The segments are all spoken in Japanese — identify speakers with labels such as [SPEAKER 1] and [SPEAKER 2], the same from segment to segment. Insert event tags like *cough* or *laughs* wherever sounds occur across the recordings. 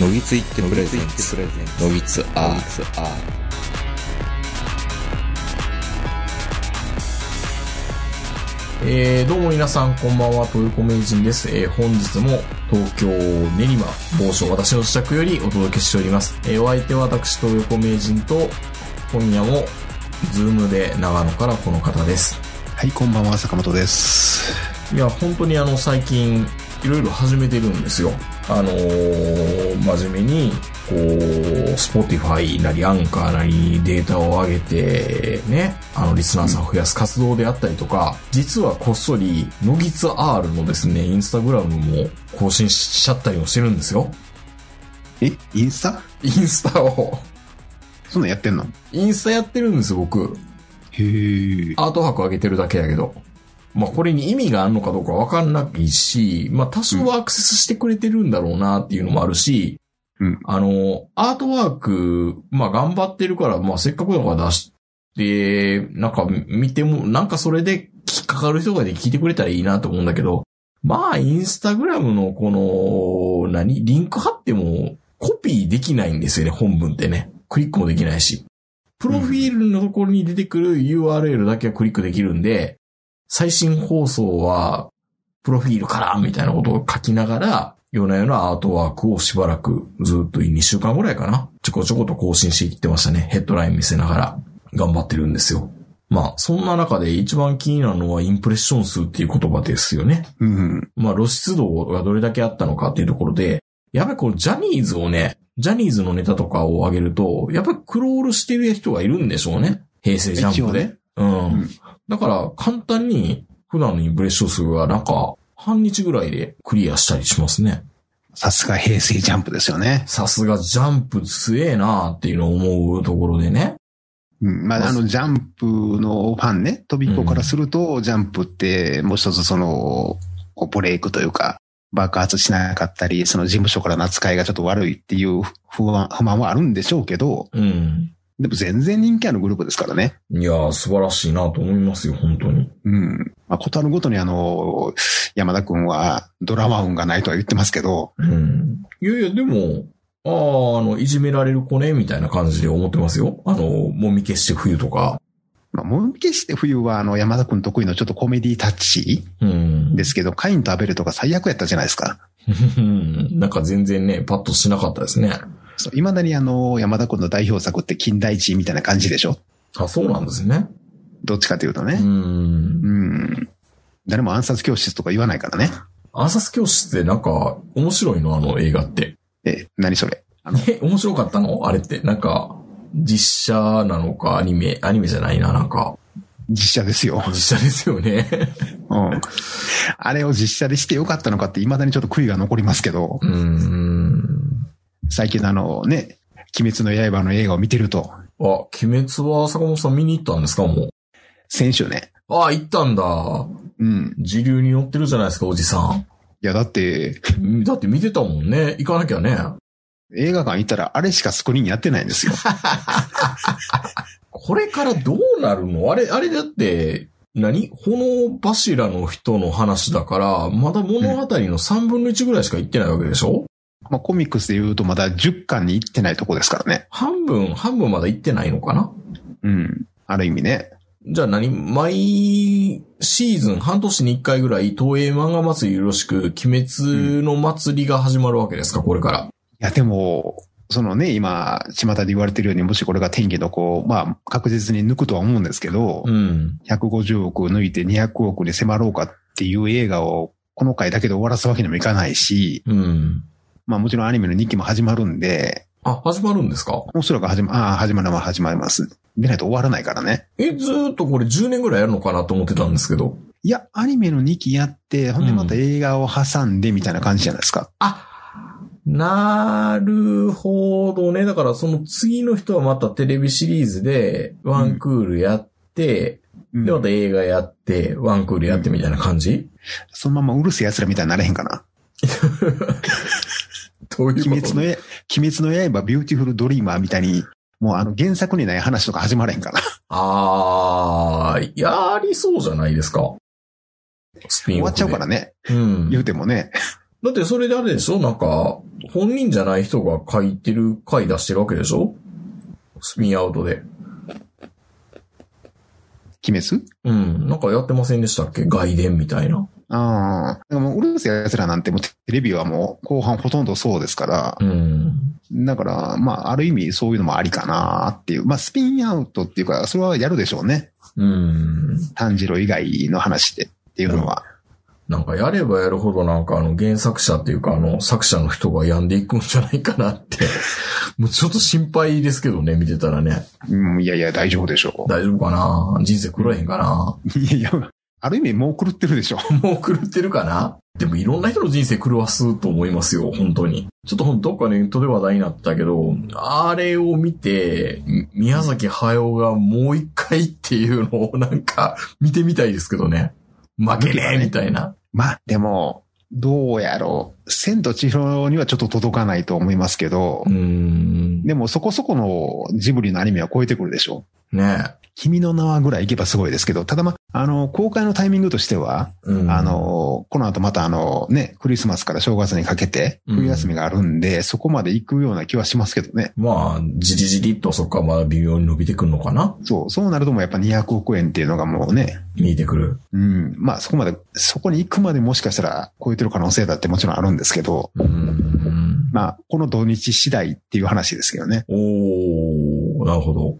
[SPEAKER 1] のぎついってプレゼン
[SPEAKER 2] ツ
[SPEAKER 1] ツ
[SPEAKER 2] プレゼン
[SPEAKER 1] のぎつ
[SPEAKER 2] あ
[SPEAKER 1] R
[SPEAKER 2] あ
[SPEAKER 3] えー、どうも皆さんこんばんは、トルコ名人です。えー、本日も東京練馬某所私の自宅よりお届けしております。えー、お相手は私トルコ名人と、今夜もズームで長野からこの方です。
[SPEAKER 4] はい、こんばんは、坂本です。
[SPEAKER 3] いや、本当にあの、最近、いろいろ始めてるんですよ。あのー真面目に、こう、Spotify なり、アンカーなり、データを上げて、ね、あの、リスナーさんを増やす活動であったりとか、実はこっそり、のぎつ R のですね、インスタグラムも更新しちゃったりもしてるんですよ。
[SPEAKER 4] え、インスタ
[SPEAKER 3] インスタを。
[SPEAKER 4] そんなんやってんの
[SPEAKER 3] インスタやってるんです、僕。
[SPEAKER 4] へえ。
[SPEAKER 3] アート博上げてるだけだけど。まあ、これに意味があるのかどうかわかんないし、まあ、多少はアクセスしてくれてるんだろうなっていうのもあるし、
[SPEAKER 4] うん
[SPEAKER 3] あの、アートワーク、まあ、頑張ってるから、まあ、せっかくだから出して、なんか見ても、なんかそれで引っかかる人がで聞いてくれたらいいなと思うんだけど、まあ、インスタグラムのこの、何リンク貼ってもコピーできないんですよね、本文ってね。クリックもできないし。プロフィールのところに出てくる URL だけはクリックできるんで、最新放送は、プロフィールからみたいなことを書きながら、夜な夜なアートワークをしばらくずっと2週間ぐらいかな。ちょこちょこと更新していってましたね。ヘッドライン見せながら頑張ってるんですよ。まあ、そんな中で一番気になるのはインプレッション数っていう言葉ですよね。
[SPEAKER 4] うん。
[SPEAKER 3] まあ露出度がどれだけあったのかっていうところで、やっぱりこのジャニーズをね、ジャニーズのネタとかを上げると、やっぱりクロールしてる人がいるんでしょうね。平成ジャンプで。
[SPEAKER 4] 一
[SPEAKER 3] うん。
[SPEAKER 4] うん
[SPEAKER 3] だから簡単に普段のインプレッション数がなんか半日ぐらいでクリアしたりしますね。
[SPEAKER 4] さすが平成ジャンプですよね。
[SPEAKER 3] さすがジャンプ強えなっていうのを思うところでね。
[SPEAKER 4] うん。まあ、あの、ジャンプのファンね、飛びっ子からすると、ジャンプって、もう一つその、こうブレイクというか、爆発しなかったり、その事務所からの扱いがちょっと悪いっていう不安、不満はあるんでしょうけど、
[SPEAKER 3] うん。
[SPEAKER 4] でも全然人気あるグループですからね。
[SPEAKER 3] いやー素晴らしいなと思いますよ、本当に。
[SPEAKER 4] うん。まあ、ことあるごとにあの、山田くんはドラマ運がないとは言ってますけど、
[SPEAKER 3] うん。いやいや、でも、ああ、あの、いじめられる子ね、みたいな感じで思ってますよ。あの、もみ消して冬とか。
[SPEAKER 4] まあ、もみ消して冬は、あの、山田くん得意のちょっとコメディタッチ
[SPEAKER 3] うん。
[SPEAKER 4] ですけど、カインとアベルとか最悪やったじゃないですか。
[SPEAKER 3] うん *laughs* なんか全然ね、パッとしなかったですね。
[SPEAKER 4] そう、未だにあの、山田くんの代表作って近代一みたいな感じでしょ
[SPEAKER 3] あ、そうなんですね。
[SPEAKER 4] どっちかというと
[SPEAKER 3] う
[SPEAKER 4] ね。
[SPEAKER 3] ん
[SPEAKER 4] う。ん。誰も暗殺教室とか言わないからね。
[SPEAKER 3] 暗殺教室ってなんか面白いのあの映画って。
[SPEAKER 4] え、何それあの
[SPEAKER 3] え、面白かったのあれって。なんか、実写なのかアニメ、アニメじゃないな、なんか。
[SPEAKER 4] 実写ですよ。
[SPEAKER 3] 実写ですよね。 *laughs*
[SPEAKER 4] うん。あれを実写でしてよかったのかって未だにちょっと悔いが残りますけど、
[SPEAKER 3] うん。
[SPEAKER 4] 最近のあのね、鬼滅の刃の映画を見てると、
[SPEAKER 3] あ、鬼滅は坂本さん見に行ったんですかもう。
[SPEAKER 4] 先週ね。
[SPEAKER 3] あ、行ったんだ。
[SPEAKER 4] うん。
[SPEAKER 3] 時流に乗ってるじゃないですか、おじさん。
[SPEAKER 4] いや、だって、
[SPEAKER 3] だって見てたもんね。行かなきゃね。
[SPEAKER 4] 映画館行ったらあれしかスクリーンやってないんですよ。
[SPEAKER 3] これからどうなるのあれ、あれだって、何炎柱の人の話だから、まだ物語の3分の1ぐらいしか行ってないわけでしょ、
[SPEAKER 4] まあ、コミックスで言うとまだ10巻に行ってないとこですからね。
[SPEAKER 3] 半分、半分まだ行ってないのかな
[SPEAKER 4] うん。ある意味ね。
[SPEAKER 3] じゃあ何毎シーズン半年に1回ぐらい東映漫画祭りよろしく、鬼滅の祭りが始まるわけですかこれから。
[SPEAKER 4] いや、でも、そのね、今、巷で言われてるように、もしこれが天気の子、まあ、確実に抜くとは思うんですけど、
[SPEAKER 3] うん。
[SPEAKER 4] 150億抜いて200億に迫ろうかっていう映画を、この回だけで終わらすわけにもいかないし、
[SPEAKER 3] うん。
[SPEAKER 4] まあもちろんアニメの2期も始まるんで、
[SPEAKER 3] あ、始まるんですか
[SPEAKER 4] おそらく始ま、ああ、始まるのは始まります。でないと終わらないからね。
[SPEAKER 3] え、ずーっとこれ10年ぐらいやるのかなと思ってたんですけど。
[SPEAKER 4] いや、アニメの2期やって、ほんでまた映画を挟んでみたいな感じじゃないですか。
[SPEAKER 3] あ、なるほどね。だからその次の人はまたテレビシリーズでワンクールやって、
[SPEAKER 4] うん
[SPEAKER 3] でまた映画やって、ワンクールやってみたいな感じ、
[SPEAKER 4] そのままうるせえ奴らみたいになれへんかな。
[SPEAKER 3] どういうこと
[SPEAKER 4] 鬼滅の刃、鬼滅の刃、ビューティフルドリーマーみたいに、もうあの原作にない話とか始まらへんかな。
[SPEAKER 3] あー、やりそうじゃないですか。スピ
[SPEAKER 4] 終
[SPEAKER 3] ンオ
[SPEAKER 4] わ
[SPEAKER 3] フ
[SPEAKER 4] っ
[SPEAKER 3] で。
[SPEAKER 4] ちゃうからね。
[SPEAKER 3] うん。
[SPEAKER 4] 言うてもね。
[SPEAKER 3] だってそれであれでしょなんか、本人じゃない人が書いてる回出してるわけでしょスピンアウトで。
[SPEAKER 4] 鬼滅
[SPEAKER 3] うん。なんかやってませんでしたっけ外伝みたいな。
[SPEAKER 4] ああ。だからもう、うるせえ奴らなんてもうテレビはもう後半ほとんどそうですから、
[SPEAKER 3] うん。
[SPEAKER 4] だから、まあ、ある意味そういうのもありかなっていう。まあ、スピンアウトっていうか、それはやるでしょうね。
[SPEAKER 3] うん。
[SPEAKER 4] 炭治郎以外の話でっていうのは。
[SPEAKER 3] なんかやればやるほどなんかあの原作者っていうかあの作者の人が病んでいくんじゃないかなって。 *laughs* もうちょっと心配ですけどね、見てたらね。
[SPEAKER 4] うん、いやいや、大丈夫でしょ
[SPEAKER 3] 大丈夫かな人生狂えへんかな
[SPEAKER 4] う。いやいや、ある意味もう狂ってるでしょ。
[SPEAKER 3] もう狂ってるかなでもいろんな人の人生狂わすと思いますよ、本当に。ちょっとほんとどっかネットで話題になったけど、あれを見て、み宮崎駿がもう一回っていうのをなんか *laughs* 見てみたいですけどね。負けねえみたいな。
[SPEAKER 4] まあ、でも、どうやろう。千と千尋にはちょっと届かないと思いますけど
[SPEAKER 3] うー、ん。ね
[SPEAKER 4] でもそこそこのジブリのアニメは超えてくるでしょう。
[SPEAKER 3] え。
[SPEAKER 4] 君の名はぐらい行けばすごいですけど、ただま、あの、公開のタイミングとしては、
[SPEAKER 3] うん
[SPEAKER 4] あ、の、この後またあの、ね、クリスマスから正月にかけて、
[SPEAKER 3] うん
[SPEAKER 4] 冬休みがあるんで、そこまで行くような気はしますけどね。
[SPEAKER 3] まあ、じりじりっとそこはまだ微妙に伸びてくるのかな
[SPEAKER 4] そう、そうなるともうやっぱ200億円っていうのがもうね、
[SPEAKER 3] 見えてくる。
[SPEAKER 4] うん、まあそこまで、そこに行くまでもしかしたら超えてる可能性だってもちろんあるんですけど、
[SPEAKER 3] うーん。
[SPEAKER 4] まあ、この土日次第っていう話ですけどね。
[SPEAKER 3] おー、なるほど。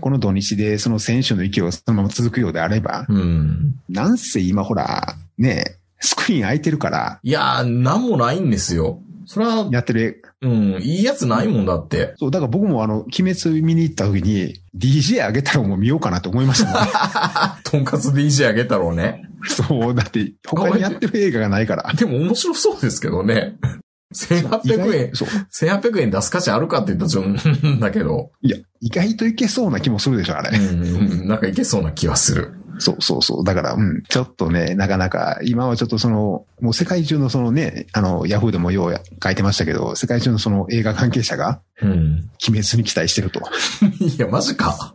[SPEAKER 4] この土日でその選手の勢いをそのまま続くようであれば、
[SPEAKER 3] うん。
[SPEAKER 4] なんせ今ほら、ね、スクリーン空いてるから、
[SPEAKER 3] いやー、なんもないんですよ。それは、
[SPEAKER 4] やってる。
[SPEAKER 3] うん、いいやつないもんだって。 *laughs*
[SPEAKER 4] そう、だから僕もあの、鬼滅見に行った時に、DJ 上げたらもう見ようかなと思いましたもんね。
[SPEAKER 3] とんかつ DJ あげたろうね。
[SPEAKER 4] そう、だって他にやってる映画がないから。
[SPEAKER 3] でも面白そうですけどね。1800円、
[SPEAKER 4] そう。
[SPEAKER 3] 1800円出す価値あるかって言ったらちょっと、うんだけど、
[SPEAKER 4] いや、意外といけそうな気もするでしょ、あ
[SPEAKER 3] う
[SPEAKER 4] れ。
[SPEAKER 3] んうん、なんかいけそうな気はする。
[SPEAKER 4] そうそうそう。だから、うん、ちょっとね、なかなか、今はちょっとその、もう世界中のそのね、あの、ヤフーでもようや書いてましたけど、世界中のその映画関係者が、
[SPEAKER 3] うん。
[SPEAKER 4] 鬼滅に期待してると。
[SPEAKER 3] *laughs* いや、マジか。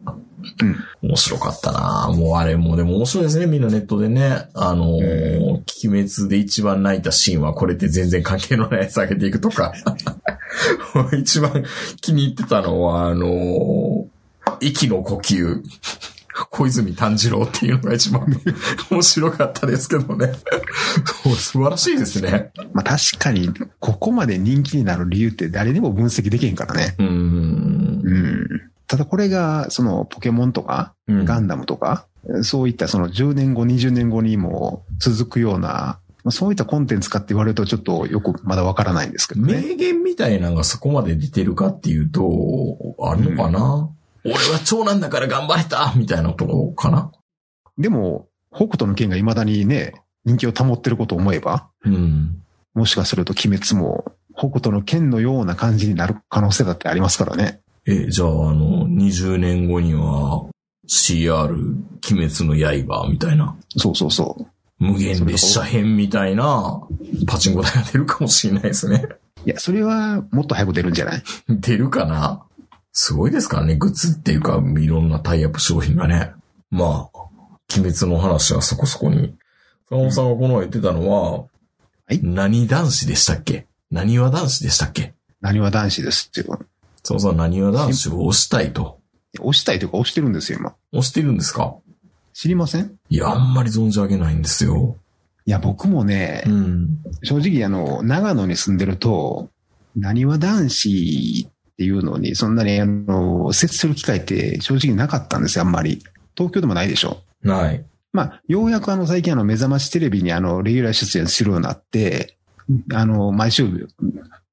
[SPEAKER 4] うん。
[SPEAKER 3] 面白かったなもうあれもでも面白いですね。みんなネットでね。あのー
[SPEAKER 4] う
[SPEAKER 3] 鬼滅で一番泣いたシーンはこれって全然関係のないやつ上げていくとか。 *laughs* 一番気に入ってたのは、あのー息の呼吸。小泉炭治郎っていうのが一番面白かったですけどね。 *laughs* 素晴らしいですね。
[SPEAKER 4] まあ確かに、ここまで人気になる理由って誰にも分析できへんからね。
[SPEAKER 3] うーん。
[SPEAKER 4] うん。ただこれが、その、ポケモンとか、
[SPEAKER 3] うん
[SPEAKER 4] ガンダムとか、そういったその10年後、20年後にも続くような、まあそういったコンテンツかって言われるとちょっとよくまだわからないんですけどね。
[SPEAKER 3] 名言みたいなのがそこまで出てるかっていうと、あるのかな、俺は長男だから頑張れたみたいなとこかな
[SPEAKER 4] でも、北斗の剣が未だにね、人気を保ってることを思えば、
[SPEAKER 3] うん。
[SPEAKER 4] もしかすると鬼滅も、北斗の剣のような感じになる可能性だってありますからね。
[SPEAKER 3] え、じゃあ、あの、20年後には、CR、鬼滅の刃みたいな、
[SPEAKER 4] そうそうそう。
[SPEAKER 3] 無限列車編みたいな、パチンコ台が出るかもしれないですね。
[SPEAKER 4] いや、それはもっと早く出るんじゃない
[SPEAKER 3] 出るかなすごいですからね、グッズっていうか、いろんなタイアップ商品がね。まあ、鬼滅の話はそこそこに。坂本さんがこの前言ってたのは、
[SPEAKER 4] い
[SPEAKER 3] 何男子でしたっけ何は男子でしたっけ
[SPEAKER 4] 何は男子ですっていう。
[SPEAKER 3] そうそう、何は男子を押したいと。
[SPEAKER 4] 押したいというか押してるんですよ、今。
[SPEAKER 3] 押してるんですか
[SPEAKER 4] 知りません
[SPEAKER 3] いや、あんまり存じ上げないんですよ。
[SPEAKER 4] いや、僕もね、
[SPEAKER 3] うん。
[SPEAKER 4] 正直あの、長野に住んでると、何は男子っていうのに、そんなにあの、接する機会って正直なかったんですよ、あんまり。東京でもないでしょ。
[SPEAKER 3] ない。
[SPEAKER 4] まあ、ようやくあの、最近あの、目覚ましテレビにあの、レギュラー出演するようになって、あの、毎週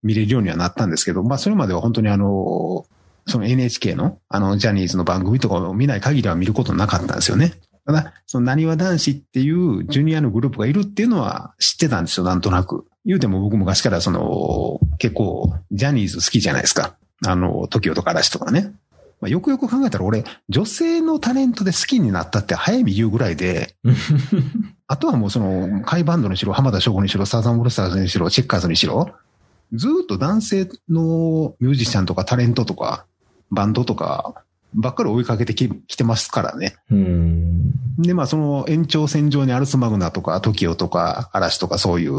[SPEAKER 4] 見れるようにはなったんですけど、まあ、それまでは本当にあの、その NHK の、あの、ジャニーズの番組とかを見ない限りは見ることなかったんですよね。ただ、その、何わ男子っていうジュニアのグループがいるっていうのは知ってたんですよ、なんとなく。言うても僕昔からその、結構、ジャニーズ好きじゃないですか。あの、TOKIO とか嵐とかね。まあ、よくよく考えたら俺、女性のタレントで好きになったって早見言うぐらいで、あとはもうその、カイバンドにしろ、浜田省吾にしろ、サザンオールスターズにしろ、チェッカーズにしろ、ずーっと男性のミュージシャンとかタレントとか、バンドとか、ばっかり追いかけてききてますからね。
[SPEAKER 3] うん。
[SPEAKER 4] で、まあその延長線上にアルスマグナとか、トキオとか、嵐とかそういう、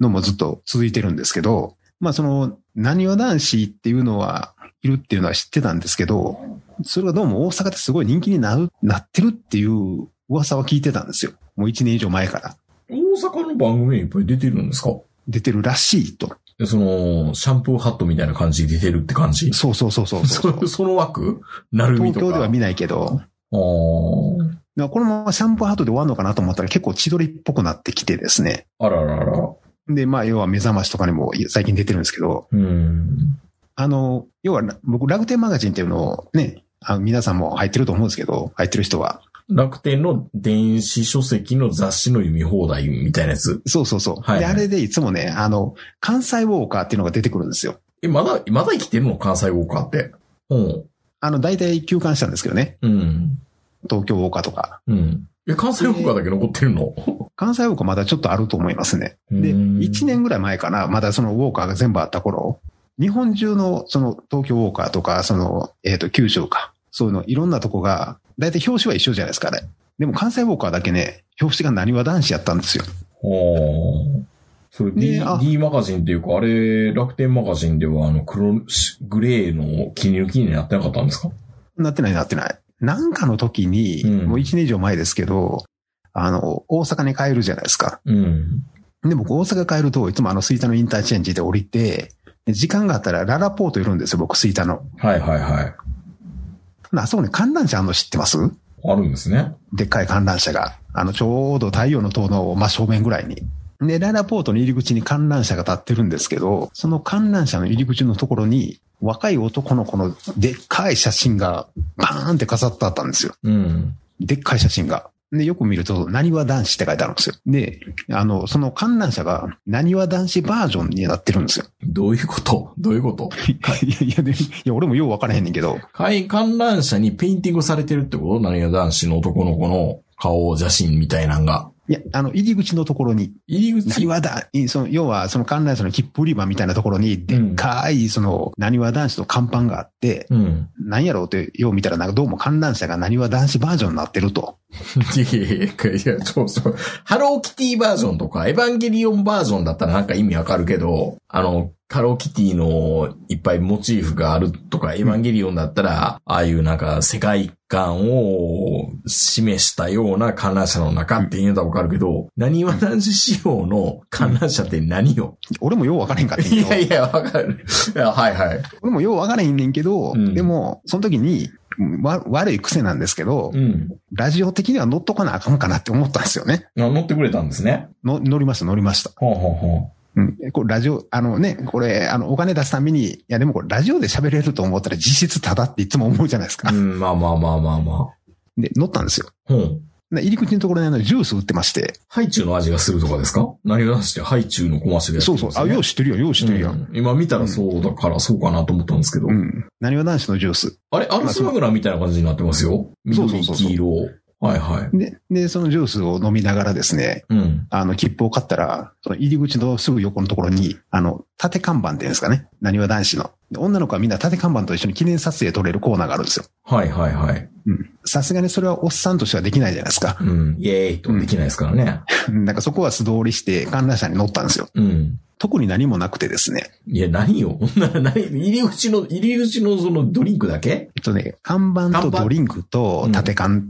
[SPEAKER 4] のもずっと続いてるんですけど、まあその、何わ男子っていうのは、いるっていうのは知ってたんですけど、それがどうも大阪ですごい人気になるなってるっていう噂は聞いてたんですよ。もう1年以上前から。
[SPEAKER 3] 大阪の番組にいっぱい出てるんですか
[SPEAKER 4] 出てるらしいと。
[SPEAKER 3] でその、シャンプーハットみたいな感じで出てるって感じ
[SPEAKER 4] そうそうそうそうそう。
[SPEAKER 3] *laughs* そその枠なるみ
[SPEAKER 4] 東
[SPEAKER 3] とか。
[SPEAKER 4] 京では見ないけど、
[SPEAKER 3] あー
[SPEAKER 4] だからこのままシャンプーハートで終わるのかなと思ったら結構千鳥っぽくなってきてですね。
[SPEAKER 3] あららら。
[SPEAKER 4] で、まあ、要は目覚ましとかにも最近出てるんですけど、
[SPEAKER 3] うん。
[SPEAKER 4] あの、要は僕、楽天マガジンっていうのをね、あの皆さんも入ってると思うんですけど、入ってる人は。
[SPEAKER 3] 楽天の電子書籍の雑誌の読み放題みたいなやつ。
[SPEAKER 4] そうそうそう。
[SPEAKER 3] はい
[SPEAKER 4] で、あれでいつもね、あの、関西ウォーカーっていうのが出てくるんですよ。
[SPEAKER 3] え、まだ、まだ生きてるの関西ウォーカーって。うん。
[SPEAKER 4] あの、大体休館したんですけどね。
[SPEAKER 3] うん。
[SPEAKER 4] 東京ウォーカーとか。
[SPEAKER 3] うん。え、関西ウォーカーだけ残ってるの、
[SPEAKER 4] 関西ウォーカーまだちょっとあると思いますね。で、
[SPEAKER 3] うん
[SPEAKER 4] 1。年ぐらい前かな、まだそのウォーカーが全部あった頃、日本中のその東京ウォーカーとか、その、えっ、と、九州か、そういうの、いろんなとこが、だいたい表紙は一緒じゃないですか、あれ。でも関西ウォーカーだけね、表紙が何は男子やったんですよ。
[SPEAKER 3] ああ。それ D,、
[SPEAKER 4] ねあ
[SPEAKER 3] D マガジンっていうか、あれ、楽天マガジンではあの黒、しグレーの切り抜きになってなかったんですか
[SPEAKER 4] なってないなってない。なんかの時に、
[SPEAKER 3] うん
[SPEAKER 4] もう1年以上前ですけど、あの、大阪に帰るじゃないですか。
[SPEAKER 3] うん。
[SPEAKER 4] で、僕大阪帰ると、いつもあの、吹田のインターチェンジで降りて、で時間があったらララポートいるんですよ、僕、吹田の。
[SPEAKER 3] はいはいはい。
[SPEAKER 4] ほなあそこに観覧車あんの知ってます
[SPEAKER 3] あるんですね。
[SPEAKER 4] でっかい観覧車が、あの、ちょうど太陽の塔の真正面ぐらいに。で、ララポートの入り口に観覧車が立ってるんですけど、その観覧車の入り口のところに、若い男の子のでっかい写真がバーンって飾ってあったんですよ。
[SPEAKER 3] うん。
[SPEAKER 4] でっかい写真が。で、よく見ると、なにわ男子って書いてあるんですよ。で、あの、その観覧車が、なにわ男子バージョンになってるんですよ。
[SPEAKER 3] どういうことどういうこと
[SPEAKER 4] *laughs* いや、いや、でいや、俺もよう分からへんねんけど、
[SPEAKER 3] 会観覧車にペインティングされてるってこと何が男子の男の子の顔写真みたいなんが。
[SPEAKER 4] いや、あの、入り口のところに、
[SPEAKER 3] 入り
[SPEAKER 4] な
[SPEAKER 3] 口
[SPEAKER 4] にわだ、いその、要は、その観覧車の切符売り場みたいなところに、でっかい、その、なにわ男子の看板があって、
[SPEAKER 3] うん。
[SPEAKER 4] なんやろうって、よう見たら、なんかどうも観覧車がなにわ男子バージョンになってると。
[SPEAKER 3] いやいやいやいや、そうそう。ハローキティバージョンとか、エヴァンゲリオンバージョンだったらなんか意味わかるけど、あの、ハローキティのいっぱいモチーフがあるとか、エヴァンゲリオンだったら、ああいうなんか世界観を示したような観覧車の中っていうのはわかるけど、何は男子仕様の観覧車って何よ、
[SPEAKER 4] 俺もよう分からへんか *laughs* ったん
[SPEAKER 3] い
[SPEAKER 4] や
[SPEAKER 3] や
[SPEAKER 4] けど、
[SPEAKER 3] いや、わかる。いやはいはい。
[SPEAKER 4] 俺もよう分からへんねんけど、
[SPEAKER 3] うん
[SPEAKER 4] でも、その時に、わ悪い癖なんですけど、
[SPEAKER 3] うん。
[SPEAKER 4] ラジオ的には乗っとかなあかんかなって思ったんですよね。
[SPEAKER 3] あ乗ってくれたんですね。
[SPEAKER 4] の乗りました、乗りました。
[SPEAKER 3] ほうほうほ
[SPEAKER 4] うん。これラジオ、あのね、これ、あの、お金出すために、いやでもこれラジオで喋れると思ったら実質ただっていつも思うじゃないですか
[SPEAKER 3] う。う。ん、まあまあまあまあま
[SPEAKER 4] で、乗ったんですよ。
[SPEAKER 3] あ。うん。
[SPEAKER 4] で入り口のところにあのジュース売ってまして。
[SPEAKER 3] ハイチュウの味がするとかですか何を出してハイチュウのコマーシャルやって
[SPEAKER 4] そ
[SPEAKER 3] る
[SPEAKER 4] うん
[SPEAKER 3] です
[SPEAKER 4] そ
[SPEAKER 3] ね
[SPEAKER 4] う。あ、よう知ってるよ、よう知ってるよ。
[SPEAKER 3] うん今見たらそうだからそうかなと思ったんですけど。
[SPEAKER 4] うん。なにわ男子のジュース。
[SPEAKER 3] あれ、アルスマグナみたいな感じになってますよ。
[SPEAKER 4] そうそ
[SPEAKER 3] 緑、
[SPEAKER 4] うそうそう
[SPEAKER 3] 黄色。はいはい。
[SPEAKER 4] で、で、そのジュースを飲みながらですね、
[SPEAKER 3] うん。
[SPEAKER 4] あの、切符を買ったら、その入り口のすぐ横のところに、あの、縦看板っていうんですかね。なにわ男子の。で女の子はみんな縦看板と一緒に記念撮影撮れるコーナーがあるんですよ。
[SPEAKER 3] はいはいはい。
[SPEAKER 4] うん。さすがにそれはおっさんとしてはできないじゃないですか。 *laughs*
[SPEAKER 3] うん。イエーイとできないですからね。
[SPEAKER 4] うんなんかそこは素通りして観覧車に乗ったんですよ。
[SPEAKER 3] うん。
[SPEAKER 4] 特に何もなくてですね。
[SPEAKER 3] いや、何よ。何入り口の、入り口のそのドリンクだけ
[SPEAKER 4] えっとね、看板とドリンクと縦缶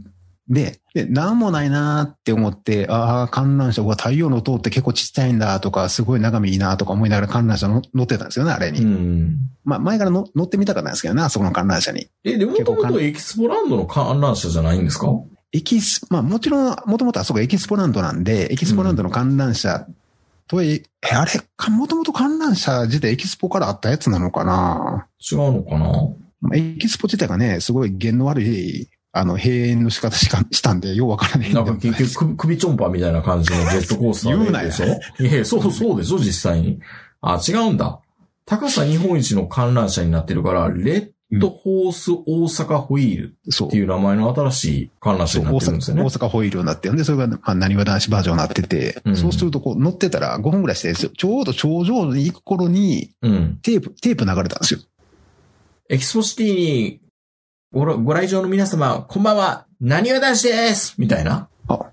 [SPEAKER 4] で、で、なんもないなーって思って、ああ、観覧車、うわ、太陽の塔って結構ちっちゃいんだとか、すごい眺めいいなとか思いながら観覧車の乗ってたんですよね、あれに。
[SPEAKER 3] うん。
[SPEAKER 4] まあ、前からの乗ってみたかったんですけどね、あそこの観覧車に。
[SPEAKER 3] え、でもともとエキスポランドの観覧車じゃないんですか
[SPEAKER 4] エキス、まあ、もちろん、もともとあそこエキスポランドなんで、エキスポランドの観覧車とえ、え、あれ、もともと観覧車自体エキスポからあったやつなのかな
[SPEAKER 3] 違うのかな
[SPEAKER 4] まあエキスポ自体がね、すごい弦の悪い、あの、閉園の仕方しかしたんで、ようわからないん
[SPEAKER 3] なん
[SPEAKER 4] で
[SPEAKER 3] か結局首、首ちょんぱみたいな感じのジェットコースターで
[SPEAKER 4] 言うなよ
[SPEAKER 3] でしょいやいや、そうそうでしょ、実際に。あ、違うんだ。高さ日本一の観覧車になってるから、レッドホース大阪ホイール
[SPEAKER 4] そう
[SPEAKER 3] って。いう名前の新しい観覧車
[SPEAKER 4] そう
[SPEAKER 3] に
[SPEAKER 4] 大
[SPEAKER 3] なってるんですよ
[SPEAKER 4] 阪、
[SPEAKER 3] ね
[SPEAKER 4] 大。阪ホイールになってるんで、それが、まあ、なにわ男子バージョンになってて、
[SPEAKER 3] うん
[SPEAKER 4] そうすると、こう、乗ってたら5分ぐらいして、ちょうど頂上に行く頃に、
[SPEAKER 3] うん。
[SPEAKER 4] テープ、テープ流れたんですよ。
[SPEAKER 3] エキスポシティにごろご来場の皆様、こんばんは、なにわ男子ですみたいな。
[SPEAKER 4] あ、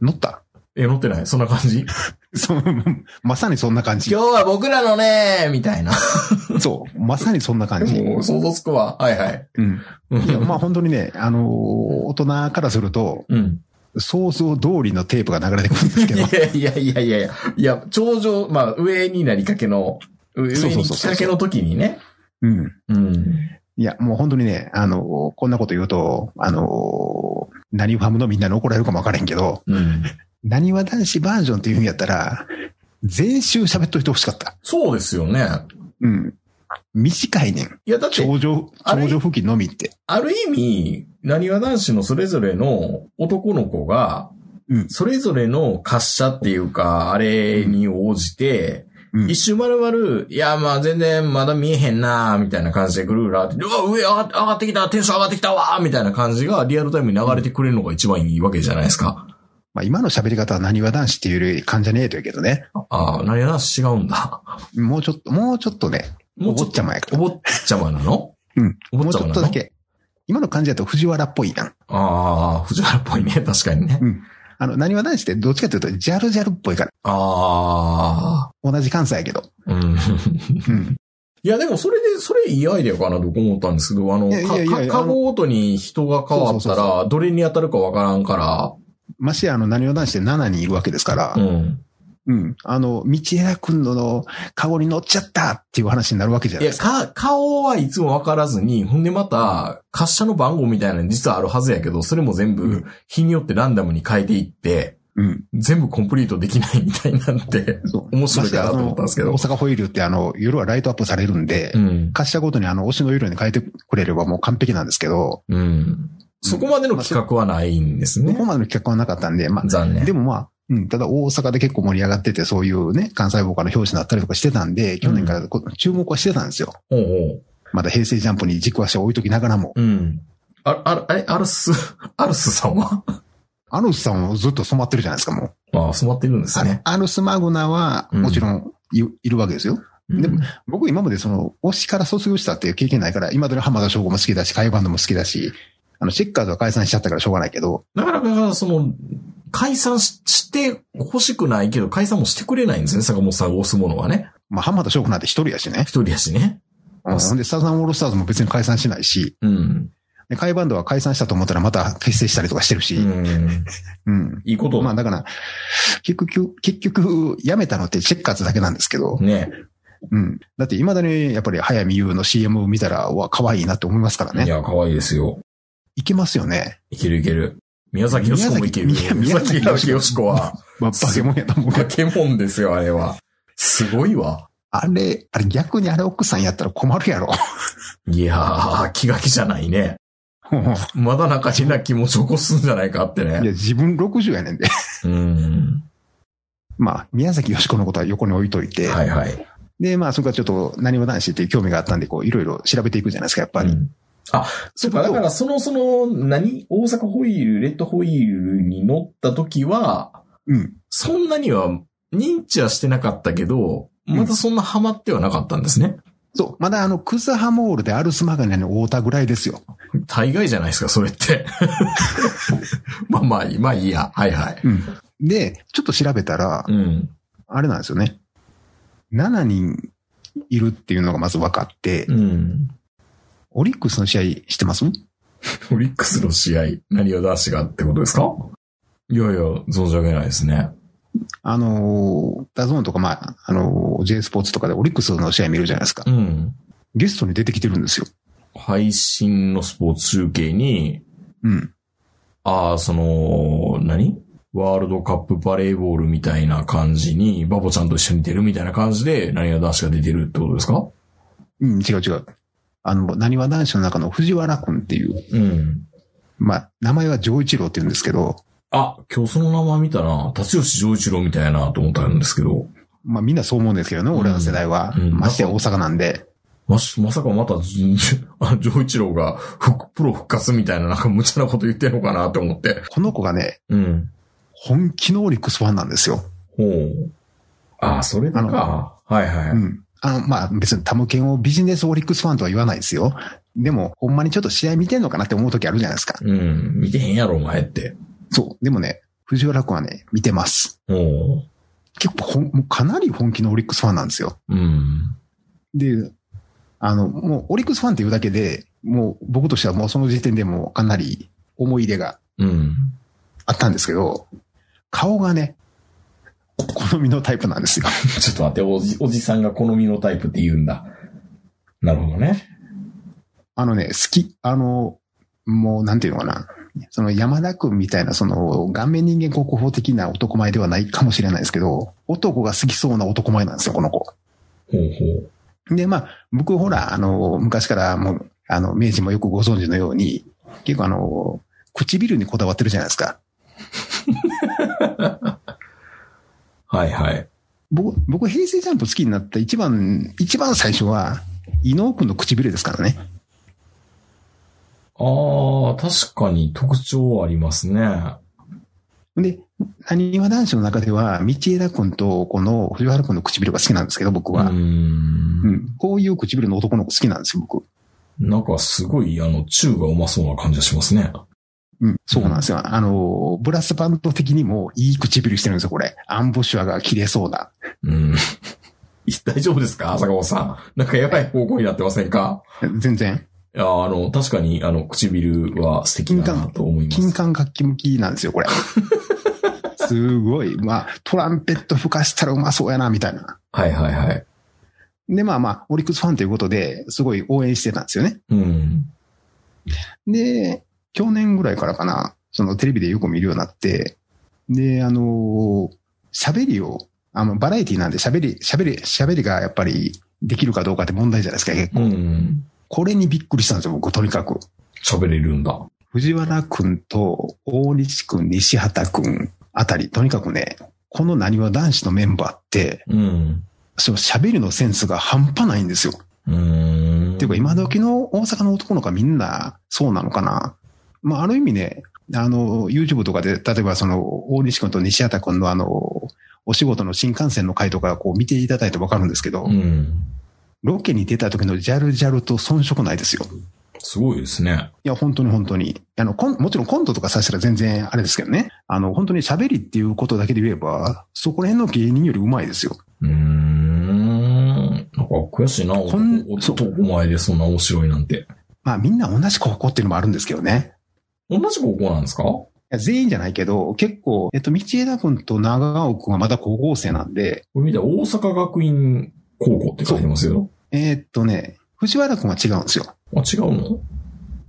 [SPEAKER 4] 乗った
[SPEAKER 3] え、乗ってないそんな感じ
[SPEAKER 4] そうまさにそんな
[SPEAKER 3] *laughs*
[SPEAKER 4] 感じ
[SPEAKER 3] 今。日は僕らのねみたいな。
[SPEAKER 4] そう。まさにそんな感じ。
[SPEAKER 3] もう想像つくわ。はいはい。
[SPEAKER 4] うん。
[SPEAKER 3] うん
[SPEAKER 4] いや、まあ本当にね、あのー大人からすると、
[SPEAKER 3] うん。
[SPEAKER 4] 想像通りのテープが流れてくるんですけ
[SPEAKER 3] い
[SPEAKER 4] ど、
[SPEAKER 3] やいやいやいやいや。いや、頂上、まあ上になりかけの、上
[SPEAKER 4] そうそ
[SPEAKER 3] に
[SPEAKER 4] うそう
[SPEAKER 3] き
[SPEAKER 4] そう
[SPEAKER 3] かけの時にね。
[SPEAKER 4] *laughs* うん。
[SPEAKER 3] うん。
[SPEAKER 4] いや、もう本当にね、あのーこんなこと言うと、あのー何ファムのみんなに怒られるかもわからへんけど、
[SPEAKER 3] うん。
[SPEAKER 4] 何は男子バージョンっていうんやったら、全集喋っといてほしかった。
[SPEAKER 3] そうですよね。
[SPEAKER 4] うん。短いねん。
[SPEAKER 3] いや、だって、
[SPEAKER 4] 頂上、
[SPEAKER 3] あれ
[SPEAKER 4] 頂上付近のみって。
[SPEAKER 3] ある意味、何わ男子のそれぞれの男の子が、
[SPEAKER 4] うん。
[SPEAKER 3] それぞれの滑車っていうか、あれに応じて、
[SPEAKER 4] うん
[SPEAKER 3] 一。周丸々、いや、まあ全然まだ見えへんなみたいな感じでぐるぐるあって、うわ、上上が上がってきた、テンション上がってきたわみたいな感じがリアルタイムに流れてくれるのが一番いいわけじゃないですか。
[SPEAKER 4] まあ今の喋り方は何は男子っていうより患者ねえとやけどね。
[SPEAKER 3] ああ、何やら違うんだ。
[SPEAKER 4] もうちょっと、もうちょっとね、
[SPEAKER 3] も
[SPEAKER 4] お
[SPEAKER 3] うちょ
[SPEAKER 4] 坊
[SPEAKER 3] っ
[SPEAKER 4] ちゃまやか
[SPEAKER 3] と、お
[SPEAKER 4] ら。
[SPEAKER 3] 坊ちゃまなの
[SPEAKER 4] うん。
[SPEAKER 3] お
[SPEAKER 4] も
[SPEAKER 3] 坊
[SPEAKER 4] う
[SPEAKER 3] ちゃ
[SPEAKER 4] ちょっ
[SPEAKER 3] まな
[SPEAKER 4] と
[SPEAKER 3] の
[SPEAKER 4] だけ。今の感じだと藤原っぽいやん。
[SPEAKER 3] ああ、藤原っぽいね。確かにね。
[SPEAKER 4] うん。あの、何は男子ってどっちかというと、ジャルジャルっぽいから。
[SPEAKER 3] ああ、
[SPEAKER 4] 同じ関西やけど。
[SPEAKER 3] うん。
[SPEAKER 4] うん。
[SPEAKER 3] いや、でもそれで、それいいアイデアかなと思ったんですけど、あの、
[SPEAKER 4] いやいやいや
[SPEAKER 3] か、
[SPEAKER 4] あ
[SPEAKER 3] か
[SPEAKER 4] の
[SPEAKER 3] カゴごとに人が変わった
[SPEAKER 4] そうそう
[SPEAKER 3] ら、どれに当たるかわからんか
[SPEAKER 4] ましてやあの、何は男子って7人いるわけですから
[SPEAKER 3] ら、う、ん。
[SPEAKER 4] うん。あの、道枝くんの顔に乗っちゃったっていう話になるわけじゃ
[SPEAKER 3] い
[SPEAKER 4] ない
[SPEAKER 3] や、
[SPEAKER 4] ですか。
[SPEAKER 3] か、顔はいつもわからずに、ほんでまた、滑車の番号みたいなの実はあるはずやけど、それも全
[SPEAKER 4] う
[SPEAKER 3] 部、日によってランダムに変えていって、
[SPEAKER 4] うん。
[SPEAKER 3] 全部コンプリートできないみたいになって、
[SPEAKER 4] そう
[SPEAKER 3] 面白いかなと思ったんですけど
[SPEAKER 4] ましてやあの大阪ホイールってあの、夜はライトアップされるんで、
[SPEAKER 3] うん。
[SPEAKER 4] 滑車ごとにあの、推しの色に変えてくれればもう完璧なんですけど、
[SPEAKER 3] うん。そこまでの企画はないんです
[SPEAKER 4] こ
[SPEAKER 3] ね
[SPEAKER 4] こ。までの企画はなかったんで、ま
[SPEAKER 3] 残
[SPEAKER 4] あ、
[SPEAKER 3] 念。
[SPEAKER 4] でもまあ、うん、ただ大阪で結構盛り上がってて、そういうね、関西ボーカルの表紙になったりとかしてたんで、去年からこ注目はしてたんですよ。
[SPEAKER 3] ほうほ
[SPEAKER 4] まだ平成ジャンプに軸足を置いときながらも。
[SPEAKER 3] う。うん。あ、あ、あれ、アルス、アルスさんは
[SPEAKER 4] アルスさんもずっと染まってるじゃないですか、もう。
[SPEAKER 3] ああ、染まってるんですね。
[SPEAKER 4] あアルスマグナは、もちろんい、いるわけですよ。でも僕今までその、推しから卒業したっていう経験ないから、今までの浜田翔吾も好きだし、海バンドも好きだし、あの、チェッカーズは解散しちゃったからしょうがないけど、
[SPEAKER 3] なかなか、その、解散しして欲しくないけど、解散もしてくれないんですね、坂本さんを押すものはね。
[SPEAKER 4] まあ、浜田翔吾なんて一人やしね。
[SPEAKER 3] 一人やしね。
[SPEAKER 4] うん、ほんで、サザンオールスターズも別に解散しないし、
[SPEAKER 3] うん。
[SPEAKER 4] で、海バンドは解散したと思ったらまた結成したりとかしてる
[SPEAKER 3] う
[SPEAKER 4] し、
[SPEAKER 3] ん。
[SPEAKER 4] うん。
[SPEAKER 3] いいこと
[SPEAKER 4] まあ、だから、結局、結局、辞めたのってチェッカーズだけなんですけど、
[SPEAKER 3] ね。
[SPEAKER 4] うん。だって、未だに、やっぱり、早見優の CM を見たら、うわ、可愛いなって思いますから
[SPEAKER 3] い
[SPEAKER 4] ね。
[SPEAKER 3] や、可愛いですよ。
[SPEAKER 4] いけますよね。
[SPEAKER 3] いけるいける。宮崎よしこもいける。
[SPEAKER 4] 宮崎
[SPEAKER 3] 宮崎
[SPEAKER 4] 宮崎
[SPEAKER 3] よしこは、
[SPEAKER 4] まあ、
[SPEAKER 3] す
[SPEAKER 4] バケモンやと思うけ
[SPEAKER 3] 化
[SPEAKER 4] ど。
[SPEAKER 3] け物ですよ、あれは。すごいわ。
[SPEAKER 4] あれ、あれ、逆にあれ奥さんやったら困るやろ。
[SPEAKER 3] いやー、気が気じゃないね。まだなんか変な気持ち起こすんじゃないかって
[SPEAKER 4] いや、
[SPEAKER 3] ね。
[SPEAKER 4] 自分60やねんで。
[SPEAKER 3] うん。
[SPEAKER 4] まあ、宮崎よしこのことは横に置いといて、
[SPEAKER 3] はいはい。
[SPEAKER 4] で、まあ、そこからちょっと、何も男子っていう興味があったんで、こう、いろいろ調べていくじゃないですか、やっぱり。
[SPEAKER 3] うんあ、そうか、だからその、その、何大阪ホイール、レッドホイールに乗った時は、
[SPEAKER 4] うん。
[SPEAKER 3] そんなには認知はしてなかったけど、まだそんなハマってはなかったんですね。
[SPEAKER 4] そう。まだあの、クズハモールでアルスマガネに会うたぐらいですよ。
[SPEAKER 3] 大概じゃないですか、それって。 *laughs* まあまあいい、まあいいや。はいはい。
[SPEAKER 4] うん。で、ちょっと調べたら、
[SPEAKER 3] うん。
[SPEAKER 4] あれなんですよね。7人いるっていうのがまず分かって、
[SPEAKER 3] うん。
[SPEAKER 4] オリックスの試合してます
[SPEAKER 3] オリックスの試合、何を出しがってことですかいやいや、存じ上げないですね。
[SPEAKER 4] あのー、ダゾーンとか、まあ、あのー、J スポーツとかでオリックスの試合見るじゃないですか。
[SPEAKER 3] うん。
[SPEAKER 4] ゲストに出てきてるんですよ。
[SPEAKER 3] 配信のスポーツ中継に、
[SPEAKER 4] うん。
[SPEAKER 3] ああ、その、何ワールドカップバレーボールみたいな感じに、バボちゃんと一緒に出るみたいな感じで、何が男子が出てるってことですか
[SPEAKER 4] うん、違う違う。あの、なにわ男子の中の藤原くんっていう、
[SPEAKER 3] うん。
[SPEAKER 4] まあ、名前は丈一郎って言うんですけど、
[SPEAKER 3] あ、今日その名前見たな、達吉丈一郎みたいなと思ったんですけど、
[SPEAKER 4] まあみんなそう思うんですけどね、俺らの世代は。
[SPEAKER 3] うん
[SPEAKER 4] ましてや大阪なんで。
[SPEAKER 3] まし、まさかまた、じあ丈一郎が復、プロ復活みたいな、なんか無茶なこと言ってんのかなって思って。
[SPEAKER 4] この子がね、
[SPEAKER 3] うん。
[SPEAKER 4] 本気のオリックスファンなんですよ。
[SPEAKER 3] ほう。ああ、それだか。はいはい。
[SPEAKER 4] うん。あの、まあ別にタムケンをビジネスオリックスファンとは言わないですよ。でも、ほんまにちょっと試合見てんのかなって思う時あるじゃないですか。
[SPEAKER 3] うん。見てへんやろ、お前って。
[SPEAKER 4] そう。でもね、藤原くんはね、見てます。
[SPEAKER 3] おう
[SPEAKER 4] 結構ほん、もうかなり本気のオリックスファンなんですよ。
[SPEAKER 3] うん。
[SPEAKER 4] で、あの、もうオリックスファンっていうだけで、もう僕としてはもうその時点でもうかなり思い入れが
[SPEAKER 3] うん。 *laughs*
[SPEAKER 4] あったんですけど、顔がね、お好みのタイプなんですよ。
[SPEAKER 3] ちょっと待って、おじ、おじさんが好みのタイプって言うんだ。なるほどね。
[SPEAKER 4] あのね、好き、あの、もうなんていうのかな。その山田くんみたいな、その、顔面人間国宝的な男前ではないかもしれないですけど、男が好きそうな男前なんですよ、この子。
[SPEAKER 3] ほうほう。
[SPEAKER 4] で、まあ、僕ほら、あの、昔からもう、あの、明治もよくご存知のように、結構あの、唇にこだわってるじゃないですか。
[SPEAKER 3] はいはい。
[SPEAKER 4] 僕、僕、平成ジャンプ好きになった一番、一番最初は、伊能くんの唇ですからね。
[SPEAKER 3] ああ、確かに特徴ありますね。
[SPEAKER 4] で、なにわ男子の中では、道枝くんとこの藤原くんの唇が好きなんですけど、僕
[SPEAKER 3] う
[SPEAKER 4] は。
[SPEAKER 3] ん
[SPEAKER 4] う。ん。こういう唇の男の子好きなんですよ、僕。
[SPEAKER 3] なんかすごい、あの、チューがうまそうな感じがしますね。
[SPEAKER 4] うん。そうなんですよ。あの、ブラスバンド的にもいい唇してるんですよ、これ。アンボシュアが切れそうな。
[SPEAKER 3] うん。 *laughs* 大丈夫ですか坂本さん。なんかやばい方向になってませんか
[SPEAKER 4] 全然。
[SPEAKER 3] いや、あの、確かに、あの、唇は素敵だなと思いま
[SPEAKER 4] 金
[SPEAKER 3] す。
[SPEAKER 4] 管楽器向きなんですよ、これ。すごい。まあ、トランペット吹かしたらうまそうやな、みたいな。
[SPEAKER 3] はいはいはい。
[SPEAKER 4] で、まあまあ、オリックスファンということで、すごい応援してたんですよね。
[SPEAKER 3] うん。
[SPEAKER 4] で、去年ぐらいからかな、そのテレビでよく見るようになって、で、あのー喋りを、あの、バラエティなんで喋り、喋り、喋りがやっぱりできるかどうかって問題じゃないですか、結構
[SPEAKER 3] うん。
[SPEAKER 4] これにびっくりしたんですよ、僕、とにかく。
[SPEAKER 3] 喋れるんだ。
[SPEAKER 4] 藤原くんと大西くん、西畑くんあたり、とにかくね、このなにわ男子のメンバーって、
[SPEAKER 3] うん。
[SPEAKER 4] その喋りのセンスが半端ないんですよ。
[SPEAKER 3] うーん。
[SPEAKER 4] っていうか今時の大阪の男の子はみんなそうなのかな。まあ、ある意味ね、あの、YouTube とかで、例えばその、大西君と西畑君のあの、お仕事の新幹線の回とかこう見ていただいてわかるんですけど、
[SPEAKER 3] うん。
[SPEAKER 4] ロケに出た時のジャルジャルと遜色ないですよ。い
[SPEAKER 3] すごいですね。
[SPEAKER 4] や、本当に本当に。あの、コンもちろんコントとかさせたら全然あれですけどね。あの、本当に喋りっていうことだけで言えば、そこら辺の芸人より上手いですよ。
[SPEAKER 3] うーん。なんか悔しいな、
[SPEAKER 4] こん
[SPEAKER 3] 男男前でそんな面白いなんて。
[SPEAKER 4] まあみんな同じ高校っていうのもあるんですけどね。
[SPEAKER 3] 同じ高校なんですか
[SPEAKER 4] いや全員じゃないけど、結構、えっと、道枝くんと長尾くんはまだ高校生なんで、
[SPEAKER 3] これ見たら大阪学院高校って書いてますよ。
[SPEAKER 4] えーっとね、藤原くんは違うんですよ。
[SPEAKER 3] あ、違うの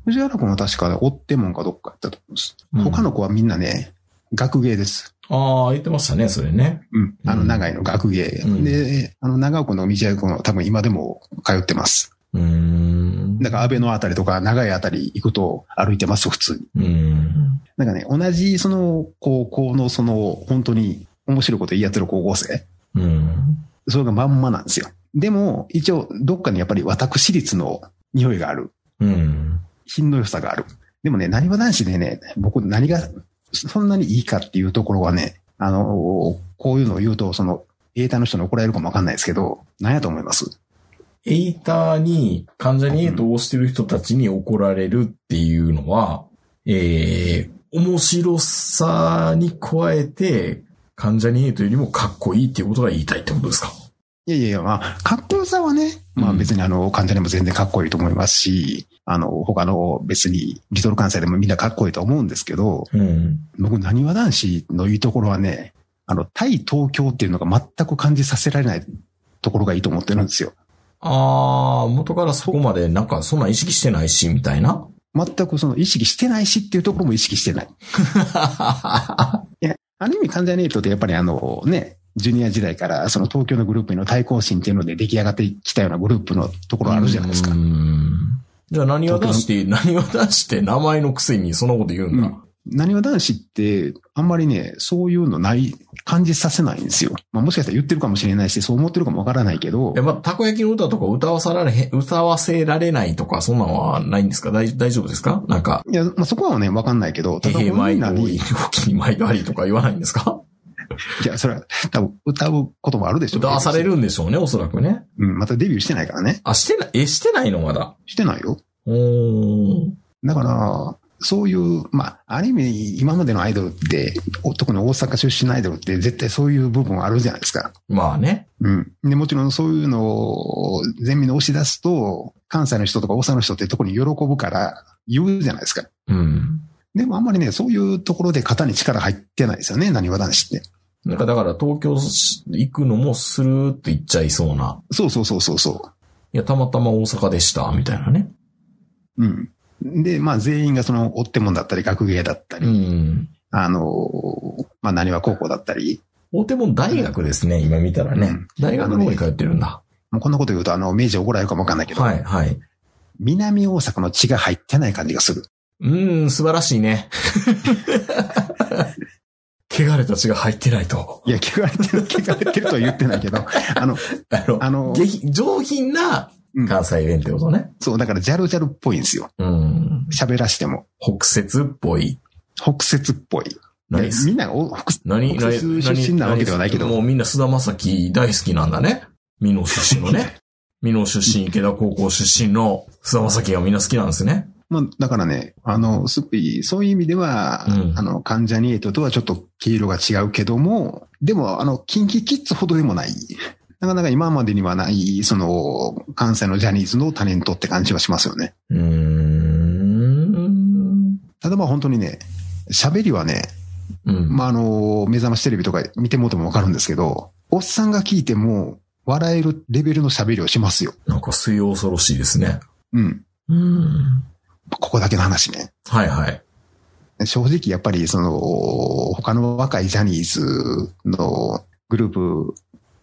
[SPEAKER 4] 藤原くんは確か、追ってもんかどっかやったと思うんです。
[SPEAKER 3] うん
[SPEAKER 4] 他の子はみんなね、学芸です。
[SPEAKER 3] ああ、言ってましたね、それね。
[SPEAKER 4] うん。あ
[SPEAKER 3] う
[SPEAKER 4] の、
[SPEAKER 3] ん
[SPEAKER 4] 長井の学芸。
[SPEAKER 3] うん
[SPEAKER 4] で、あの、長尾くんの道枝くんは多分今でも通ってます。
[SPEAKER 3] うーん。
[SPEAKER 4] だから、安倍のあたりとか、長井あたり行くと歩いてます、普通に。
[SPEAKER 3] うん。
[SPEAKER 4] なんかね、同じ、その、高校の、その、本当に面白いこと言い合ってる高校生。
[SPEAKER 3] うん。
[SPEAKER 4] それがまんまなんですよ。でも、一応、どっかにやっぱり私立の匂いがある。
[SPEAKER 3] うん。
[SPEAKER 4] 品の良さがある。でもね、何わ男子でね、僕何がそんなにいいかっていうところはね、あの、こういうのを言うと、その、データの人に怒られるかもわかんないですけど、何やと思います
[SPEAKER 3] エイターに、関ジャニエイトをしてる人たちに怒られるっていうのは、えー、面白さに加えて、関ジャニエイトよりもかっこいいっていうことが言いたいってことですか
[SPEAKER 4] いやいやいや、まあ、かっこよさはね、まあ
[SPEAKER 3] うん
[SPEAKER 4] 別にあの、関ジャニも全然かっこいいと思いますし、あの、他の別に、リトル関西でもみんなかっこいいと思うんですけど、
[SPEAKER 3] うん。
[SPEAKER 4] 僕、何わ男子のいいところはね、あの、対東京っていうのが全く感じさせられないところがいいと思ってるんですよ。
[SPEAKER 3] あー、元からそこまでなんかそんなん意識してないし、みたいな。
[SPEAKER 4] 全くその意識してないしっていうところも意識してない。ある意味、関ジャニエイトってやっぱりあのね、ジュニア時代からその東京のグループへの対抗心っていうので出来上がってきたようなグループのところあるじゃないですか
[SPEAKER 3] う。んじゃあ何は出して、何は出して名前のくせにそんなこと言うんだ。
[SPEAKER 4] うんなにわ男子ってあんまりね、そういうのない、感じさせないんですよ。まあもしかしたら言ってるかもしれないし、そう思ってるかもわからないけど
[SPEAKER 3] え、、まあ、たこ焼きの歌とか歌わさられへん、歌わせられないとか、そんなんはないんですか大大丈夫ですかなんか、
[SPEAKER 4] いや、まあそこはね、わかんないけど、
[SPEAKER 3] へ
[SPEAKER 4] ただ
[SPEAKER 3] へへ、
[SPEAKER 4] み
[SPEAKER 3] 毎
[SPEAKER 4] んな
[SPEAKER 3] 度、
[SPEAKER 4] に、
[SPEAKER 3] い
[SPEAKER 4] い
[SPEAKER 3] きに毎度ありとか言わないんですか
[SPEAKER 4] や、それは多分歌うこともあるでしょう
[SPEAKER 3] 歌わされるんでしょうね、おそらくね。
[SPEAKER 4] うん、またデビューしてないからね。
[SPEAKER 3] あ、してない、え、してないのまだ。
[SPEAKER 4] してないよ。
[SPEAKER 3] おー。
[SPEAKER 4] だから、そういう、まあ、ある意味、今までのアイドルって、お特に大阪出身のアイドルって絶対そういう部分あるじゃないですか。
[SPEAKER 3] まあね。
[SPEAKER 4] うん。で、もちろんそういうのを全面に押し出すと、関西の人とか大阪の人って特に喜ぶから言うじゃないですか。
[SPEAKER 3] うん。
[SPEAKER 4] でもあんまりね、そういうところで肩に力入ってないですよね、何わ男子って。
[SPEAKER 3] なんかだから東京し行くのもスルーって行っちゃいそうな。
[SPEAKER 4] そうそうそうそうそ
[SPEAKER 3] いや、たまたま大阪でした、みたいなね。
[SPEAKER 4] う。うん。で、まあ全員がその追ってもんだったり、学芸だったり、
[SPEAKER 3] うん。
[SPEAKER 4] あのー、まあ何は高校だったり、
[SPEAKER 3] 大手門大学ですね、今見たら
[SPEAKER 4] う
[SPEAKER 3] ね
[SPEAKER 4] ん。
[SPEAKER 3] 大学の方に通ってるんだ。
[SPEAKER 4] もうこんなこと言うとあの、明治怒られるかもわかんないけど、
[SPEAKER 3] はい、はい。
[SPEAKER 4] 南大阪の血が入ってない感じがする。
[SPEAKER 3] うん、素晴らしいね。 *laughs* 汚れた血が入ってないと。
[SPEAKER 4] いや、汚れてる、汚れてるとは言ってないけど、あの、
[SPEAKER 3] あの、
[SPEAKER 4] あの、
[SPEAKER 3] 下品上品な
[SPEAKER 4] うん
[SPEAKER 3] 関西弁ってことね。
[SPEAKER 4] そう、だからジャルジャルっぽいんですよ。
[SPEAKER 3] うん。
[SPEAKER 4] 喋らしても。
[SPEAKER 3] 北節っぽい。
[SPEAKER 4] 北節っぽい。で
[SPEAKER 3] 何
[SPEAKER 4] みんながお、北
[SPEAKER 3] 何
[SPEAKER 4] 北節出身なわけではないけど
[SPEAKER 3] 何もうみんな須田正樹大好きなんだね。美濃出身
[SPEAKER 4] *laughs*
[SPEAKER 3] のね。美濃出身、池田高校出身の須田正樹がみんな好きなんですね。
[SPEAKER 4] まあ、だからね、あの、すごい、そういう意味では、
[SPEAKER 3] うん
[SPEAKER 4] あの、関ジャニエトとはちょっと黄色が違うけども、でも、あの、キンキキッズほどでもない。なかなか今までにはない、その、関西のジャニーズのタレントって感じはしますよね。
[SPEAKER 3] うーん。
[SPEAKER 4] ただまあ本当にね、喋りはね、
[SPEAKER 3] うん。
[SPEAKER 4] まあ、あの、目覚ましテレビとか見てもうてもわかるんですけど、おっさんが聞いても、笑えるレベルの喋りをしますよ。
[SPEAKER 3] なんか水曜恐ろしいですね。
[SPEAKER 4] うん。
[SPEAKER 3] うん。
[SPEAKER 4] ここだけの話ね。
[SPEAKER 3] はいはい。
[SPEAKER 4] 正直やっぱりその、他の若いジャニーズのグループ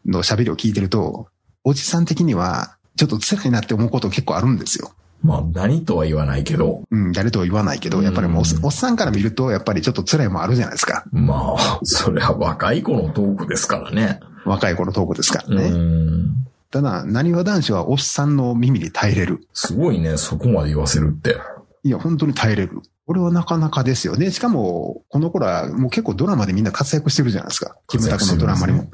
[SPEAKER 4] の喋りを聞いてると、おじさん的には、ちょっと辛いなって思うこと結構あるんですよ。
[SPEAKER 3] まあ、何とは言わないけど、
[SPEAKER 4] うん、誰とは言わないけど、やっぱりもう
[SPEAKER 3] うん
[SPEAKER 4] おっさんから見ると、やっぱりちょっと辛いもんあるじゃないですか。
[SPEAKER 3] まあ、それは若い子のトークですからね。
[SPEAKER 4] 若い子のトークですからね。
[SPEAKER 3] うん。
[SPEAKER 4] ただ、何わ男子はおっさんの耳に耐えれる。
[SPEAKER 3] すごいね、そこまで言わせるって。
[SPEAKER 4] いや、本当に耐えれる。これはなかなかですよね。しかも、この頃はもう結構ドラマでみんな活躍してるじゃないですか。キムタクのドラマにも。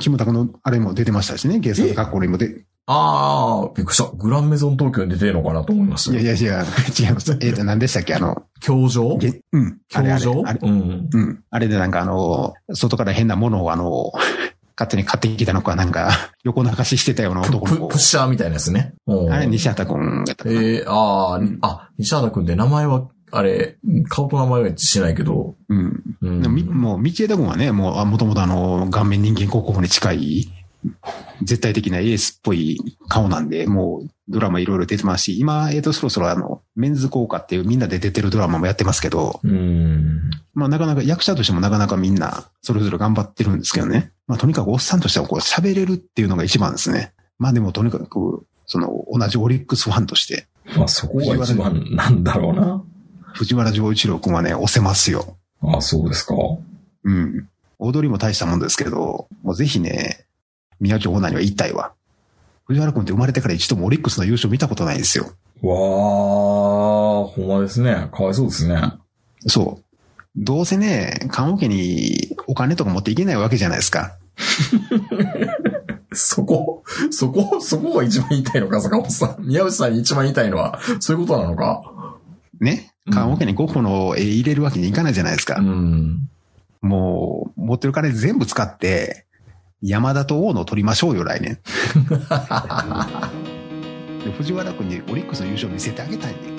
[SPEAKER 4] キムタクのあれも出てましたしね。ゲストの学校にも出、
[SPEAKER 3] ああ、びっくりした。グランメゾン東京に出てるのかなと思いまし
[SPEAKER 4] い
[SPEAKER 3] た
[SPEAKER 4] やい
[SPEAKER 3] よ。
[SPEAKER 4] やいや、違います。
[SPEAKER 3] *laughs*
[SPEAKER 4] えっ、と、何でしたっけあの、
[SPEAKER 3] 教場
[SPEAKER 4] げうん。あれ
[SPEAKER 3] 教
[SPEAKER 4] あれあ
[SPEAKER 3] 場
[SPEAKER 4] れ
[SPEAKER 3] うん。
[SPEAKER 4] うん。あれでなんかあの、外から変なものをあの、 *laughs* 勝手に買ってきたのか、なんか、横流ししてたような
[SPEAKER 3] プ
[SPEAKER 4] 男
[SPEAKER 3] プ
[SPEAKER 4] の
[SPEAKER 3] プッ
[SPEAKER 4] 子。
[SPEAKER 3] シャーみたいなやつね。うん
[SPEAKER 4] あれ、西畑くんやったかな
[SPEAKER 3] えー、あ
[SPEAKER 4] う
[SPEAKER 3] ー
[SPEAKER 4] ん
[SPEAKER 3] あ、西原くんで名前は、あれ、顔と名前は一致しないけど、
[SPEAKER 4] うん。
[SPEAKER 3] う
[SPEAKER 4] でもみ
[SPEAKER 3] ん。
[SPEAKER 4] もう、道枝くんはね、もう、もともとあの、顔面人間国宝に近い、絶対的なエースっぽい顔なんで、もう、ドラマいろいろ出てますし、今、えっ、と、そろそろあの、メンズ効果っていうみんなで出てるドラマもやってますけど、
[SPEAKER 3] うん。
[SPEAKER 4] まあ、なかなか役者としてもなかなかみんなそれぞれ頑張ってるんですけどね。まあ、とにかくおっさんとしてはこう喋れるっていうのが一番ですね。まあでもとにかく、その同じオリックスファンとして、
[SPEAKER 3] まあそこが一番なんだろうな。
[SPEAKER 4] 藤原丈一郎君はね、押せますよ。
[SPEAKER 3] ああ、そうですか。
[SPEAKER 4] うん。踊りも大したもんですけど、もうぜひね、宮城オーナーには言いたいわ。藤原君って生まれてから一度もオリックスの優勝見たことないんですよ。
[SPEAKER 3] わあ、ほんまですね。かわいそうですね。
[SPEAKER 4] そう。どうせね、棺桶にお金とか持っていけないわけじゃないですか。
[SPEAKER 3] そこ、そこ、そこが一番言いたいのか、坂本さん。宮内さんに一番言いたいのは、そういうことなのか。
[SPEAKER 4] ね。棺桶に5個の絵入れるわけにいかないじゃないですか。
[SPEAKER 3] うん。
[SPEAKER 4] もう、持ってる金全部使って、山田と大野を取りましょうよ、来
[SPEAKER 3] *laughs*
[SPEAKER 4] 年。で藤原君にオリックスの優勝見せてあげたいね。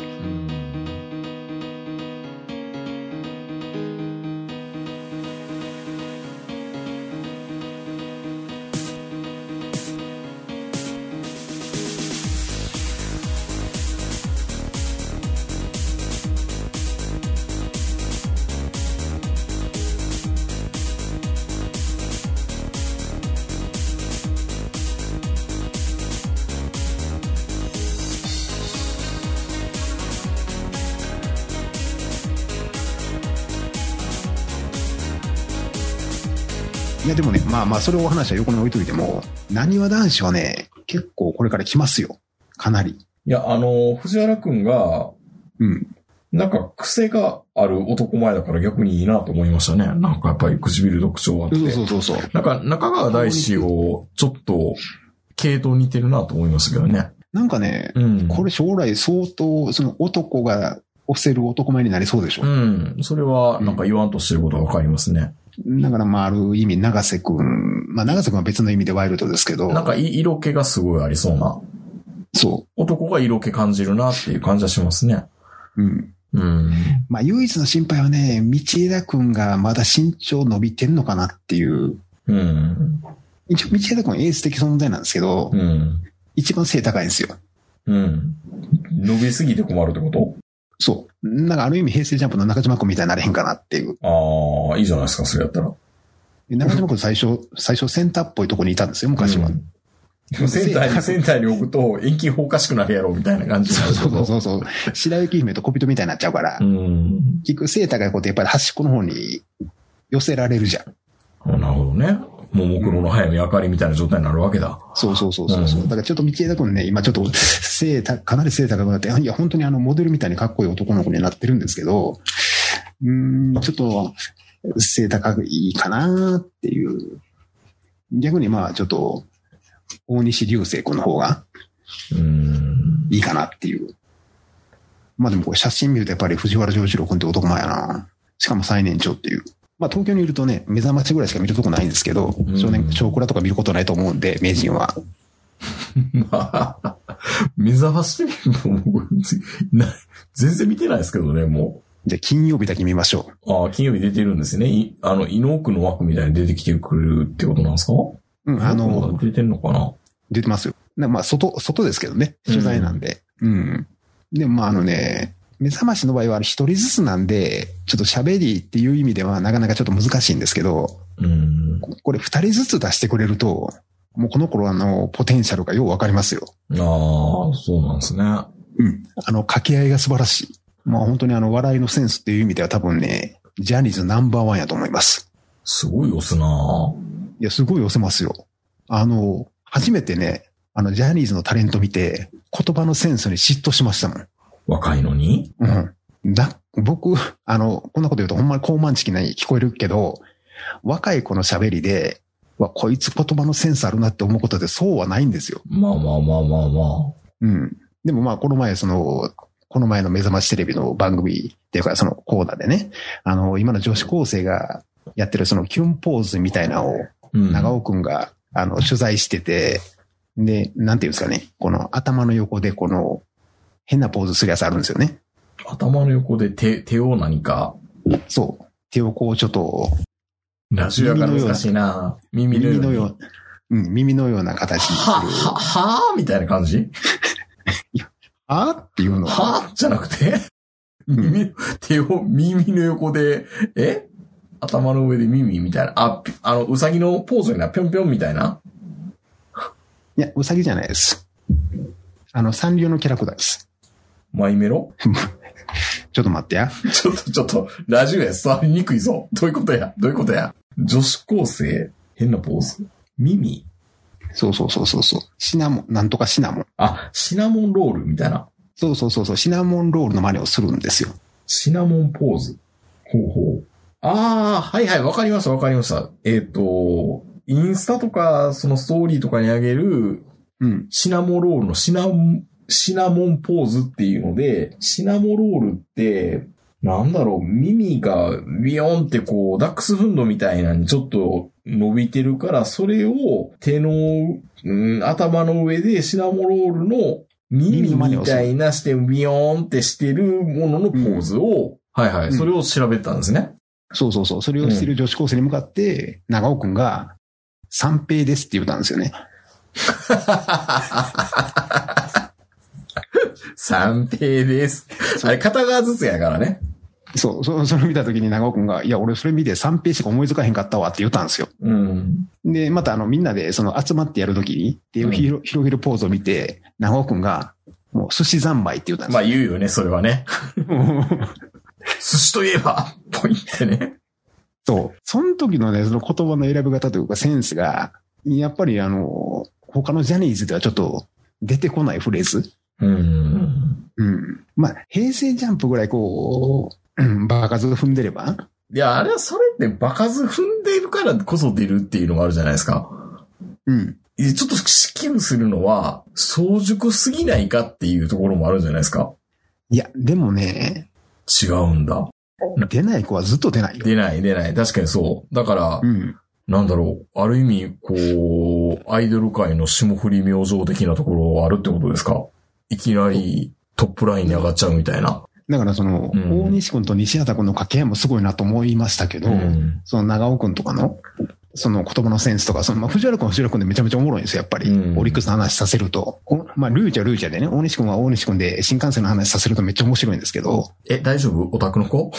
[SPEAKER 4] いや、でもね、まあまあ、それをお話は横に置いといても、何わ男子はね、結構これから来ますよ。かなり。
[SPEAKER 3] いや、あの、藤原くんが、
[SPEAKER 4] うん。
[SPEAKER 3] なんか癖がある男前だから逆にいいなと思いましたね。なんかやっぱり唇特徴あって。
[SPEAKER 4] そうそうそうそう。
[SPEAKER 3] なんか中川大志をちょっと系統似てるなと思いましたけどね。
[SPEAKER 4] なんかね、
[SPEAKER 3] うん。
[SPEAKER 4] これ将来相当、その男が押せる男前になりそうでしょ
[SPEAKER 3] う。ん。それは、なんか言わんとしてることがわかりますね。
[SPEAKER 4] だからまあある意味、長瀬くん、まあ長瀬くんは別の意味でワイルドですけど、
[SPEAKER 3] なんかい色気がすごいありそうな。
[SPEAKER 4] そ
[SPEAKER 3] 男が色気感じるなっていう感じはしますね。
[SPEAKER 4] う。うん。
[SPEAKER 3] うん。
[SPEAKER 4] まあ唯一の心配はね、道枝くんがまだ身長伸びてんのかなっていう、
[SPEAKER 3] うん。
[SPEAKER 4] 一応道枝くんはエース的存在なんですけど、
[SPEAKER 3] うん。
[SPEAKER 4] 一番背高いんですよ。
[SPEAKER 3] うん。伸びすぎて困るってこと
[SPEAKER 4] そう。なんかある意味平成ジャンプの中島くんみたいになれへんかなっていう。
[SPEAKER 3] ああ、いいじゃないですか、それやったら。
[SPEAKER 4] で中島くん最初、最初センターっぽいとこにいたんですよ、昔は。
[SPEAKER 3] うんでもセンタ *laughs* ーに、センターに置くと、遠近法おかしくなるやろ、みたいな感じにな
[SPEAKER 4] そう
[SPEAKER 3] るけ
[SPEAKER 4] そう
[SPEAKER 3] ど。
[SPEAKER 4] そうそう。白雪姫と小人みたいになっちゃうから、
[SPEAKER 3] うん。
[SPEAKER 4] 結局背高い子ってやっぱり端っこの方に寄せられるじゃん。
[SPEAKER 3] あなるほどね。もう、もクロの早見明かりみたいな状態になるわけだ。
[SPEAKER 4] そうそうそうそうそう。
[SPEAKER 3] うん
[SPEAKER 4] だからちょっと道枝くんね、今ちょっと背高、かなり背高くなって、いや、本当にあのモデルみたいにかっこいい男の子になってるんですけど、うーん、ちょっと背高いかなっていう。逆にまあちょっと、大西流星君の方が
[SPEAKER 3] うん。
[SPEAKER 4] いいかなっていう。まあでもこれ写真見るとやっぱり藤原丈一郎君って男前やな。しかも最年長っていう。まあ東京にいるとね、目覚ましぐらいしか見るとこないんですけど、
[SPEAKER 3] ん
[SPEAKER 4] 少年、少クラとか見ることないと思うんで、名人は。
[SPEAKER 3] *laughs* まあ、目覚ましテレビも僕、な全然見てないですけどね、も
[SPEAKER 4] じゃあ金曜日だけ見ましょ
[SPEAKER 3] う。ああ、金曜日出てるんですね。いあの、井の奥の枠みたいに出てきてくるってことなんですか
[SPEAKER 4] う。うん、あ
[SPEAKER 3] 井
[SPEAKER 4] の
[SPEAKER 3] 奥、出てんのかな
[SPEAKER 4] 出てますよ。なまあ外、外ですけどね、取材なんで。うん。でもまああのね、目覚ましの場合は一人ずつなんで、ちょっと喋りっていう意味ではなかなかちょっと難しいんですけど、
[SPEAKER 3] うん。
[SPEAKER 4] これ二人ずつ出してくれると、もうこの頃あの、ポテンシャルがようわかりますよ。
[SPEAKER 3] ああ、そうなんです
[SPEAKER 4] う
[SPEAKER 3] ね。
[SPEAKER 4] ん。あの、掛け合いが素晴らしい。まあ本当にあの、笑いのセンスっていう意味では多分ね、ジャニーズナンバーワンやと思います。
[SPEAKER 3] すごい押すない
[SPEAKER 4] や、すごい寄せますよ。あの、初めてね、あの、ジャニーズのタレント見て、言葉のセンスに嫉妬しましたもん。
[SPEAKER 3] 若いのに
[SPEAKER 4] うん。だ、僕、あの、こんなこと言うとほんまに高慢ちきない聞こえるけど、若い子の喋りで、わ、こいつ言葉のセンスあるなって思うことでそうはないんですよ。
[SPEAKER 3] まあまあまあまあまあ。
[SPEAKER 4] うん。でもまあ、この前、その、この前の目覚ましテレビの番組っていうか、そのコーナーでね、あの、今の女子高生がやってるそのキュンポーズみたいなのを
[SPEAKER 3] うん。
[SPEAKER 4] 長尾くんが、あの、取材してて、で、なんていうんですかね、この頭の横でこの、変なポーズするやつあるんですよね。
[SPEAKER 3] 頭の横で手、手を何か、
[SPEAKER 4] そう。手をこうちょっと、
[SPEAKER 3] ラジオやから難しいな耳のよ
[SPEAKER 4] 耳
[SPEAKER 3] うに。
[SPEAKER 4] のような、うん、耳のような形にす
[SPEAKER 3] は、
[SPEAKER 4] る。
[SPEAKER 3] は、はみたいな感じ
[SPEAKER 4] あーっていうのは、
[SPEAKER 3] はじゃなくて
[SPEAKER 4] ん
[SPEAKER 3] 耳、手を耳の横で、え頭の上で耳みたいな。あ、ぴあの、うさぎのポーズにな、ぴょんぴょんみたいな。
[SPEAKER 4] いや、うさぎじゃないです。あの、三流のキャラクターです。
[SPEAKER 3] マイメロ
[SPEAKER 4] ちょっと待ってや。
[SPEAKER 3] ちょっと、ちょっと、ラジオや、座りにくいぞ。どういうことやどういうことや女子高生、変なポーズ。耳
[SPEAKER 4] そうそうそうそうそう。シナモン、なんとかシナモン。
[SPEAKER 3] あ、シナモンロールみたいな。
[SPEAKER 4] そうそうそうそう、シナモンロールの真似をするんですよ。
[SPEAKER 3] シナモンポーズ。ほうほう。ああ、はいはい、わかりました、わかりました。えっ、と、インスタとか、そのストーリーとかにあげる、
[SPEAKER 4] うん。
[SPEAKER 3] シナモロールのシナモン、シナモンポーズっていうので、シナモロールって、なんだろう、耳がビヨンってこう、ダックスフンドみたいなのにちょっと伸びてるから、それを手の、うん、頭の上でシナモロールの耳みたいなしてビヨンってしてるもののポーズを、はいはい、
[SPEAKER 4] うん
[SPEAKER 3] それを調べたんです *laughs* ね。
[SPEAKER 4] そうそうそう。それをしてる女子高生に向かって、長尾くんが、三平ですって言ったんですよね。
[SPEAKER 3] 三平です。あれ、片側ずつやからね。
[SPEAKER 4] そう、そ *laughs* それを見た時に長尾くんが、いや、俺それ見て三平しか思いつかへんかったわって言ったんですよ。
[SPEAKER 3] うん。
[SPEAKER 4] で、またあの、みんなでその集まってやる時に、手を広広げるポーズを見て、長尾くんが、もう寿司三昧って言ったん
[SPEAKER 3] ま
[SPEAKER 4] で
[SPEAKER 3] あ言うよね、それはね。
[SPEAKER 4] すよ。
[SPEAKER 3] 寿司といえば、ポイってね。
[SPEAKER 4] *laughs* そう。その時のね、その言葉の選び方というかセンスが、やっぱりあの、他のジャニーズではちょっと出てこないフレーズ。
[SPEAKER 3] うん。
[SPEAKER 4] うん。まあ、平成ジャンプぐらいこう、うんバカず踏んでれば、
[SPEAKER 3] いや、あれはそれって場数踏んでいるからこそ出るっていうのがあるじゃないですか。
[SPEAKER 4] うん。
[SPEAKER 3] いやちょっと支給するのは、早熟すぎないかっていうところもあるじゃないですか。
[SPEAKER 4] いや、でもね、
[SPEAKER 3] 違うんだ。
[SPEAKER 4] 出ない子はずっと出ないよ。
[SPEAKER 3] 出ない、出ない。確かにそう。だから、
[SPEAKER 4] うん。
[SPEAKER 3] なんだろう。ある意味、こう、アイドル界の霜降り明星的なところはあるってことですかいきなりトップラインに上がっちゃうみたいな。
[SPEAKER 4] だからその、
[SPEAKER 3] うん
[SPEAKER 4] 大西君と西畑君の掛け合いもすごいなと思いましたけど、
[SPEAKER 3] ん。
[SPEAKER 4] その長尾君とかの、その言葉のセンスとか、その、まあ、藤原君は藤原君でめちゃめちゃおもろいんですよ、やっぱり。
[SPEAKER 3] うん
[SPEAKER 4] オリックスの話させると。おまあ、ルーチャルーチャでね、大西君は大西君で新幹線の話させるとめっちゃ面白いんですけど、
[SPEAKER 3] え、大丈夫オタクの子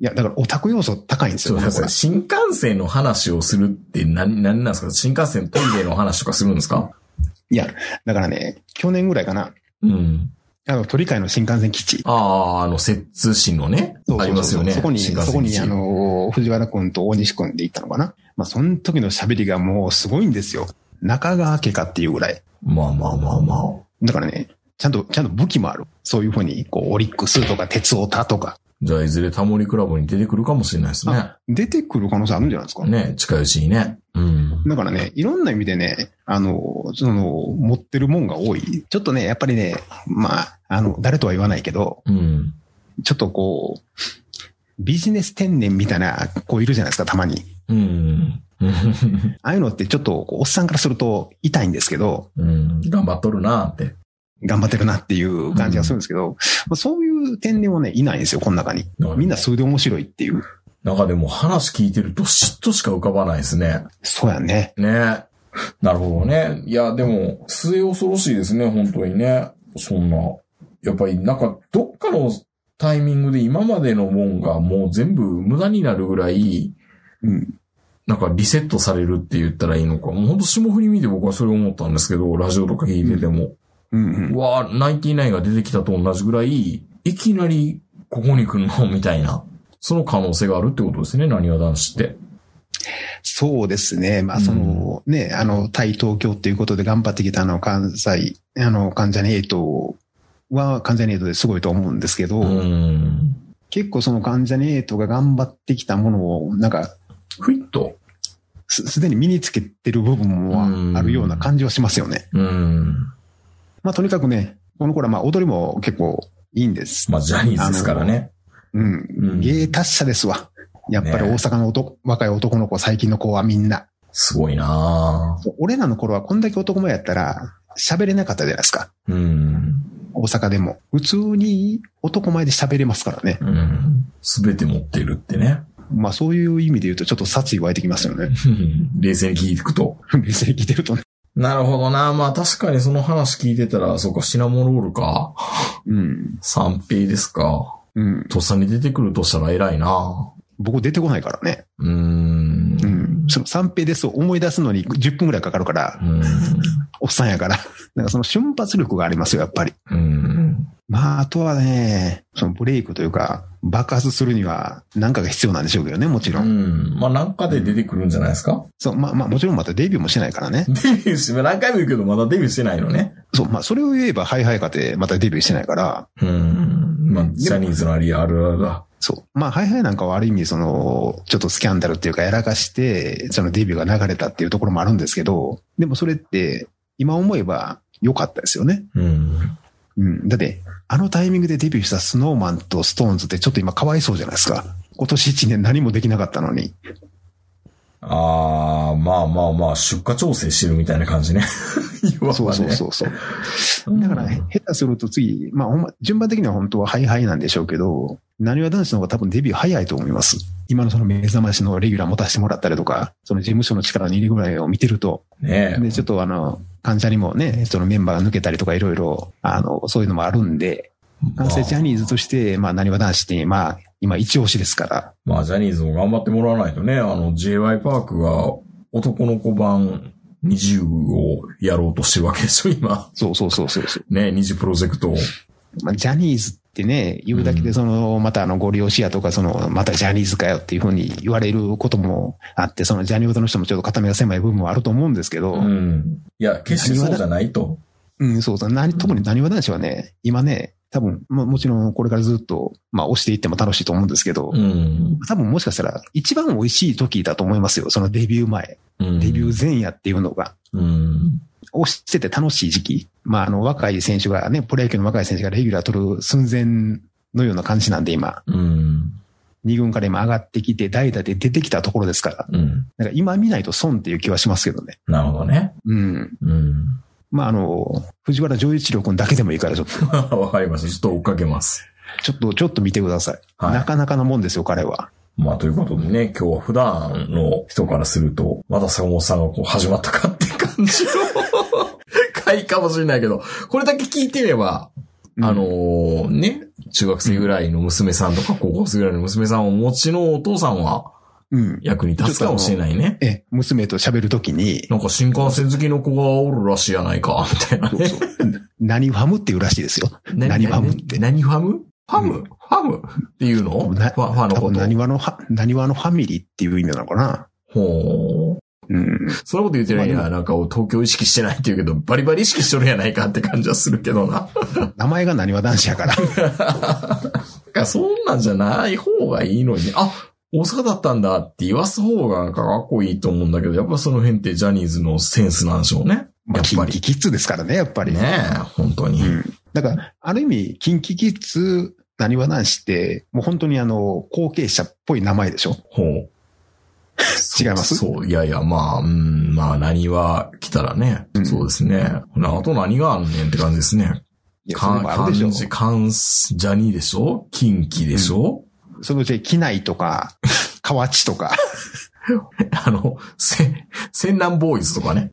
[SPEAKER 4] いや、だからオタク要素高いんです
[SPEAKER 3] そ
[SPEAKER 4] よ、
[SPEAKER 3] う
[SPEAKER 4] こ
[SPEAKER 3] で
[SPEAKER 4] の子
[SPEAKER 3] す
[SPEAKER 4] ら
[SPEAKER 3] ね。新幹線の話をするって何、何なんですか新幹線トイレの話とかするんですか
[SPEAKER 4] いや、だからね、去年ぐらいかな、
[SPEAKER 3] うん。
[SPEAKER 4] あの、鳥海の新幹線基地。
[SPEAKER 3] ああ、あの、摂津市のね
[SPEAKER 4] そうそうそ。う
[SPEAKER 3] ありますよね。
[SPEAKER 4] そこに、
[SPEAKER 3] 新幹
[SPEAKER 4] そこ
[SPEAKER 3] 線基地
[SPEAKER 4] に、あ、の、藤原君と大西君で行ったのかな。まあ、その時の喋りがもうすごいんですよ。中川家かっていうぐらい。
[SPEAKER 3] まあまあまあまあ。
[SPEAKER 4] だからね、ちゃんと、ちゃんと武器もある。そういうふうに、こう、オリックスとか、鉄オタとか、
[SPEAKER 3] じゃあ、いずれタモリクラブに出てくるかもしれないですね。
[SPEAKER 4] 出てくる可能性あるんじゃないですか。
[SPEAKER 3] ね、近いうちにね。うん。
[SPEAKER 4] だからね、いろんな意味でね、あの、その、持ってるもんが多い。ちょっとね、やっぱりね、まあ、あの、誰とは言わないけど、
[SPEAKER 3] うん。
[SPEAKER 4] ちょっとこう、ビジネス天然みたいな子いるじゃないですか、たまに。
[SPEAKER 3] うん。
[SPEAKER 4] ああいうのってちょっとこう、おっさんからすると痛いんですけど、
[SPEAKER 3] うん。頑張っとるなーって。
[SPEAKER 4] 頑張ってるなっていう感じがするんですけど、まあそういう天然はね、いないんですよ、この中に。みんなそれで面白いっていう。
[SPEAKER 3] なんかでも話聞いてると嫉妬しか浮かばないですね。
[SPEAKER 4] そうやね。
[SPEAKER 3] ね。なるほどね。いや、でも、末恐ろしいですね、本当にね。そんな。やっぱり、なんか、どっかのタイミングで今までのもんがもう全部無駄になるぐらい、
[SPEAKER 4] うん。
[SPEAKER 3] なんかリセットされるって言ったらいいのか。もうほんと霜降り見て僕はそれ思ったんですけど、ラジオとか聞いてて
[SPEAKER 4] う
[SPEAKER 3] も。
[SPEAKER 4] んう。
[SPEAKER 3] うんわぁ、ナインティナインが出てきたと同じぐらい、いきなりここに来るのみたいな。その可能性があるってことですね、何わ男子って。
[SPEAKER 4] そうですね。まあ、その、ね、あの、対東京っていうことで頑張ってきたあの、関西、あの、関ジャニエイトは関ジャニエイトですごいと思うんですけど、
[SPEAKER 3] うん。
[SPEAKER 4] 結構その関ジャニエイトが頑張ってきたものを、なんか、
[SPEAKER 3] ふいっと。
[SPEAKER 4] すすでに身につけてる部分
[SPEAKER 3] うん
[SPEAKER 4] もあるような感じはしますよね。
[SPEAKER 3] うん。
[SPEAKER 4] まあ、とにかくね、この頃はまあ、踊りも結構いいんです。
[SPEAKER 3] まあ、ジャニーズですからね。
[SPEAKER 4] うん。
[SPEAKER 3] うん
[SPEAKER 4] 芸達者ですわ。やっぱり大阪の男、若い男の子、最近の子はみんな。
[SPEAKER 3] すごいな
[SPEAKER 4] そう俺らの頃はこんだけ男前やったら、喋れなかったじゃないですか。
[SPEAKER 3] ぁ。うん。
[SPEAKER 4] 大阪でも。普通に男前で喋れますからね。
[SPEAKER 3] うん。すべて持ってるってね。 *laughs*
[SPEAKER 4] まあそういう意味で言うとちょっと殺意湧いてきますよね。 *laughs*
[SPEAKER 3] 冷静に聞いていくと。
[SPEAKER 4] 別に聞いてるとね。
[SPEAKER 3] なるほどなまあ確かにその話聞いてたら、そうか、シナモロールか。
[SPEAKER 4] うん。
[SPEAKER 3] 三平ですか。
[SPEAKER 4] うん。
[SPEAKER 3] とっさに出てくるとしたら偉いな
[SPEAKER 4] 僕出てこないからね。
[SPEAKER 3] うーん。
[SPEAKER 4] うん。その三平ですを思い出すのに10分くらいかかるから、
[SPEAKER 3] うん。
[SPEAKER 4] おっさんやから。 *laughs* なんかその瞬発力がありますよ、やっぱり。
[SPEAKER 3] うん。
[SPEAKER 4] まああとはね、そのブレイクというか、爆発するには何かが必要なんでしょうけどね、もち
[SPEAKER 3] う
[SPEAKER 4] ろん。
[SPEAKER 3] ん。まあ、なんかで出てくるんじゃないですか
[SPEAKER 4] そう、まあまあもちろんまたデビューもしてないからね。
[SPEAKER 3] デビューし、何回も言うけど、まだデビューしてないのね。
[SPEAKER 4] そう、まあそれを言えばハイハイかてまたデビューしてないから、
[SPEAKER 3] うん。まあ、ジャニーズのありあるあるだ。
[SPEAKER 4] そう。まあ、ハイハイなんかはある意味、その、ちょっとスキャンダルっていうか、やらかして、そのデビューが流れたっていうところもあるんですけど、でもそれって、今思えば良かったですよね。
[SPEAKER 3] うん。
[SPEAKER 4] うん。だって、あのタイミングでデビューしたスノーマンとストーンズってちょっと今かわいそうじゃないですか。今年1年何もできなかったのに。
[SPEAKER 3] ああ、まあまあまあ、出荷調整してるみたいな感
[SPEAKER 4] *laughs*
[SPEAKER 3] じね。要はね
[SPEAKER 4] そうそうそうそう。
[SPEAKER 3] うん
[SPEAKER 4] だから、ね、下手すると次、まあほんま、順番的には本当はハイハイなんでしょうけど、なにわ男子の方が多分デビュー早いと思います。今のその目覚ましのレギュラー持たせてもらったりとか、その事務所の力の入りぐらいを見てると、
[SPEAKER 3] ねえ
[SPEAKER 4] で、ちょっとあの、患者にもね、そのメンバーが抜けたりとかいろいろ、あの、そういうのもあるんで、
[SPEAKER 3] ま
[SPEAKER 4] 関西ジャ
[SPEAKER 3] あ、
[SPEAKER 4] ニーズとして、まあ、なにわ男子って、まあ、今一押しですから、
[SPEAKER 3] まあ、ジャニーズも頑張ってもらわないとね、あの、J.Y. パークが男の子版20をやろうとしてるわけでしょ、今。 *laughs*
[SPEAKER 4] そうそうそうそうそう。
[SPEAKER 3] ね、20プロジェクトを。
[SPEAKER 4] まあ、ジャニーズってね、言うだけ
[SPEAKER 3] う
[SPEAKER 4] で、
[SPEAKER 3] ん
[SPEAKER 4] その、またあの、ご利用しやとか、その、またジャニーズかよっていうふうに言われることもあって、そのジャニーズの人もちょっと片目が狭い部分はあると思うんですけど、
[SPEAKER 3] うん。いや、決してそうじゃないと。
[SPEAKER 4] うん、そうそう。な特になにわ男子はね、今ね、多分、まあ、もちろんこれからずっと、まあ、押していっても楽しいと思うんですけど、
[SPEAKER 3] うん。
[SPEAKER 4] 多分もしかしたら一番美味しい時だと思いますよ。そのデビュー前。
[SPEAKER 3] うん
[SPEAKER 4] デビュー前夜っていうのが。
[SPEAKER 3] うん。
[SPEAKER 4] をしてて楽しい時期。まあ、あの、若い選手がね、プロ野球の若い選手がレギュラー取る寸前のような感じなんで今、
[SPEAKER 3] うん。
[SPEAKER 4] 2軍から今上がってきて、代打で出てきたところですから、
[SPEAKER 3] うん。
[SPEAKER 4] なんか今見ないと損っていう気はしますけどね。
[SPEAKER 3] なるほどね。
[SPEAKER 4] うん。
[SPEAKER 3] うん。 *laughs*
[SPEAKER 4] まあ、あの、藤原丈一郎君だけでもいいから、ちょっと、
[SPEAKER 3] わかりました。ちょっと追っかけます。
[SPEAKER 4] ちょっと、ちょっと見てください。
[SPEAKER 3] はい
[SPEAKER 4] な。かなかなもんですよ、彼は。
[SPEAKER 3] まあ、ということでね、今日は普段の人からすると、また坂本さんがこう始まったかって感
[SPEAKER 4] *laughs*
[SPEAKER 3] じの回かもしれないけど、これだけ聞いてれば、あのーね、中学生ぐらいの娘さんとか高校生ぐらいの娘さんをお持ちのお父さんは
[SPEAKER 4] うん。
[SPEAKER 3] 役に立つかもしれないね。
[SPEAKER 4] え、娘と喋るとき
[SPEAKER 3] *laughs*
[SPEAKER 4] に、
[SPEAKER 3] なんか新幹線好きの子がおるらしいやないか、みたいなね。
[SPEAKER 4] 何ファムっていうらしいですよ。 *laughs* 何ファムって。
[SPEAKER 3] 何ファムファム、
[SPEAKER 4] うん
[SPEAKER 3] ファムっていうのフ
[SPEAKER 4] な
[SPEAKER 3] ァファの
[SPEAKER 4] 多
[SPEAKER 3] こ
[SPEAKER 4] 分、
[SPEAKER 3] と。
[SPEAKER 4] 何話のは、何話のファミリーっていう意味なのかな。
[SPEAKER 3] ほう。 *laughs*
[SPEAKER 4] うん。
[SPEAKER 3] そんなこと言ってない
[SPEAKER 4] まあ
[SPEAKER 3] や、なんか東京意識してないって言うけど、バリバリ意識しとるやないかって感じはするけど *laughs* な。
[SPEAKER 4] 名前が何話男子や
[SPEAKER 3] *laughs*
[SPEAKER 4] から。
[SPEAKER 3] なんかそんなんじゃない方がいいのに、あ、大阪だったんだって言わす方がなんかかっこいいと思うんだけど、やっぱその辺ってジャニーズのセンスなんでしょうね。
[SPEAKER 4] まあ、キ
[SPEAKER 3] やっ
[SPEAKER 4] ン
[SPEAKER 3] ぱり
[SPEAKER 4] キキッズですからね、やっぱり。
[SPEAKER 3] ねえ、本当に
[SPEAKER 4] う。ん。だから、ある意味、キンキキッズ、何話男子って、もう本当にあの、後継者っぽい名前でしょ。
[SPEAKER 3] ほう。
[SPEAKER 4] 違います
[SPEAKER 3] そう、いやいや、まあ、うん、まあ、何は来たらね、
[SPEAKER 4] うん
[SPEAKER 3] そうですね。ほなあと何があんねんって感じですね。
[SPEAKER 4] いや、それ
[SPEAKER 3] か
[SPEAKER 4] もあるでしょ
[SPEAKER 3] 漢。字、漢字、ジャニーでしょ近畿でしょ、
[SPEAKER 4] そのうち、機内とか、河内とか。
[SPEAKER 3] *laughs* あの、せ、戦南ボーイズとかね。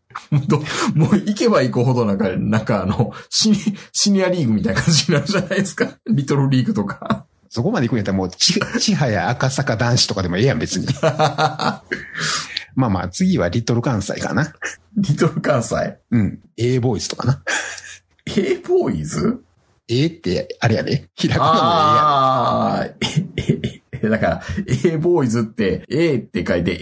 [SPEAKER 3] どもう行けば行くほどなんか、なんかあの、シニシニアリーグみたいな感じになるじゃないですか。 *laughs* リトルリーグとか。 *laughs*
[SPEAKER 4] そこまで行くんやったらもう、ち、 *laughs* ちはや赤坂男子とかでもええやん、別
[SPEAKER 3] *laughs*
[SPEAKER 4] に。まあまあ、次はリトル関西かな。
[SPEAKER 3] リトル関西。
[SPEAKER 4] うん。A ボーイズとかな。
[SPEAKER 3] A ボーイズ
[SPEAKER 4] A って、あれやで。ひらがな
[SPEAKER 3] ああ、え、え、だから、A ボーイズって、A って書いて、え、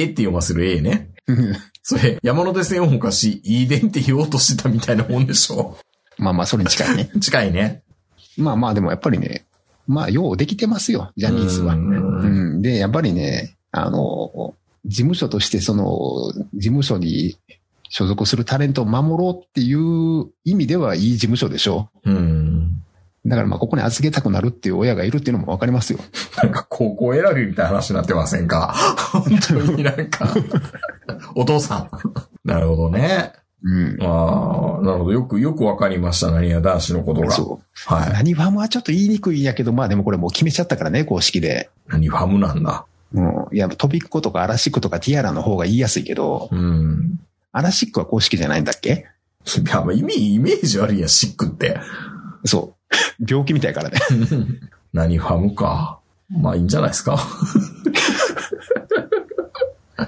[SPEAKER 3] えって読ませる A ね。
[SPEAKER 4] もええやん。うん
[SPEAKER 3] それ、山手線を昔、遺伝って言おうとしてたみたいなもんでしょ。
[SPEAKER 4] まあまあ、それに近いね。
[SPEAKER 3] 近いね。
[SPEAKER 4] *laughs* まあまあ、でもやっぱりね、まあ、ようできてますよ、ジャニーズは。
[SPEAKER 3] う
[SPEAKER 4] うんんで、やっぱりね、あの、事務所として、その、事務所に所属するタレントを守ろうっていう意味ではいい事務所でしょ
[SPEAKER 3] うん。
[SPEAKER 4] う。だからまあ、ここに預けたくなるっていう親がいるっていうのもわかりますよ。
[SPEAKER 3] なんか高校選びみたいな話になってませんか本当になんか、お父さん。なるほどね。
[SPEAKER 4] うん。
[SPEAKER 3] ああ、なるほど。よく、よくわかりました。何や男子のことが。
[SPEAKER 4] そう。
[SPEAKER 3] はい。
[SPEAKER 4] 何ファムはちょっと言いにくいんやけど、まあでもこれもう決めちゃったからね、公式で。
[SPEAKER 3] 何ファムなんだ。
[SPEAKER 4] うん。いや、飛びっことかアラシックとかティアラの方が言いやすいけど、
[SPEAKER 3] うん。
[SPEAKER 4] アラシックは公式じゃないんだっけ
[SPEAKER 3] いや、まあ意味、イメージ悪いやん、シック
[SPEAKER 4] *laughs*
[SPEAKER 3] って。
[SPEAKER 4] そう。 *laughs* 病気みたいからね。
[SPEAKER 3] 何ファムか。まあいいんじゃないですか。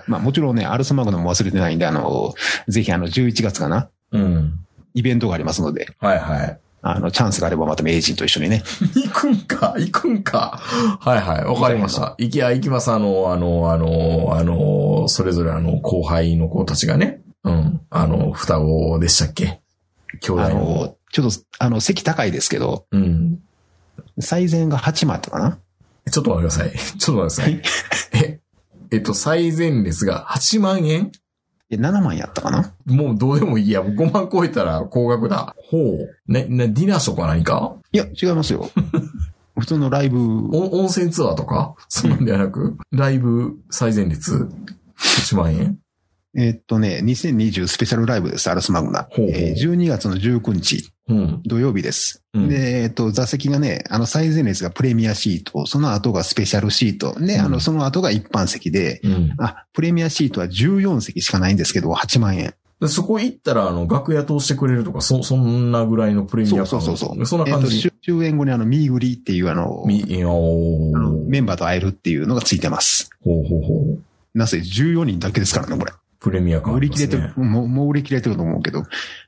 [SPEAKER 4] まあもちろんね、アルスマグナム忘れてないんで、あの、ぜひあの、11月かな、
[SPEAKER 3] うん。
[SPEAKER 4] イベントがありますので、
[SPEAKER 3] はいはい。
[SPEAKER 4] あの、チャンスがあればまた名人と一緒にね。
[SPEAKER 3] 行くんか、行くんか。はいはい。わかりました。行きや、行きます。あの、あの、あの、あの、それぞれあの、後輩の子たちがね。うん。あの、双子でしたっけ兄
[SPEAKER 4] あ
[SPEAKER 3] 弟の子。
[SPEAKER 4] の、ちょっと、あの、席高いですけど、
[SPEAKER 3] うん。
[SPEAKER 4] 最前が8万とかな
[SPEAKER 3] ちょっと待ってください。 *laughs* ちょっと待ってください。え、えっと、最前列が8万円
[SPEAKER 4] え、7万やったかな
[SPEAKER 3] もうどうでもいいや。5万超えたら高額だ。ほう。ね、ね、ディナーショーか何か
[SPEAKER 4] いや、違います
[SPEAKER 3] *laughs*
[SPEAKER 4] よ。普通のライブ、
[SPEAKER 3] お温泉ツアーとかそんなんではなく、ライブ最前列1万円
[SPEAKER 4] えーっとね、2020スペシャルライブです、アルスマグナ。
[SPEAKER 3] ほうほう
[SPEAKER 4] えー12月の19日、
[SPEAKER 3] うん。
[SPEAKER 4] 土曜日です。
[SPEAKER 3] うん
[SPEAKER 4] で、えーっと、座席がね、あの、最前列がプレミアシート、その後がスペシャルシート、ね、
[SPEAKER 3] うん
[SPEAKER 4] あの、その後が一般席で、
[SPEAKER 3] うん
[SPEAKER 4] あ、プレミアシートは14席しかないんですけど、8万円。
[SPEAKER 3] で。そこ行ったら、あの、楽屋通してくれるとか、そ、そんなぐらいのプレミア
[SPEAKER 4] そ
[SPEAKER 3] 感
[SPEAKER 4] うそうそうそう。
[SPEAKER 3] そんな感
[SPEAKER 4] えーっと
[SPEAKER 3] じ。
[SPEAKER 4] 終終演後にあの、ミーグリーっていうあの、
[SPEAKER 3] み、いやおー
[SPEAKER 4] あのメンバーと会えるっていうのがついてます。
[SPEAKER 3] ほうほうほう。
[SPEAKER 4] なぜ14人だけですからね、これ。
[SPEAKER 3] プレミア感あ
[SPEAKER 4] 売
[SPEAKER 3] り
[SPEAKER 4] り
[SPEAKER 3] ま
[SPEAKER 4] 切れ
[SPEAKER 3] す
[SPEAKER 4] て
[SPEAKER 3] ね
[SPEAKER 4] る、。もう、もう売り切れてると思うけど。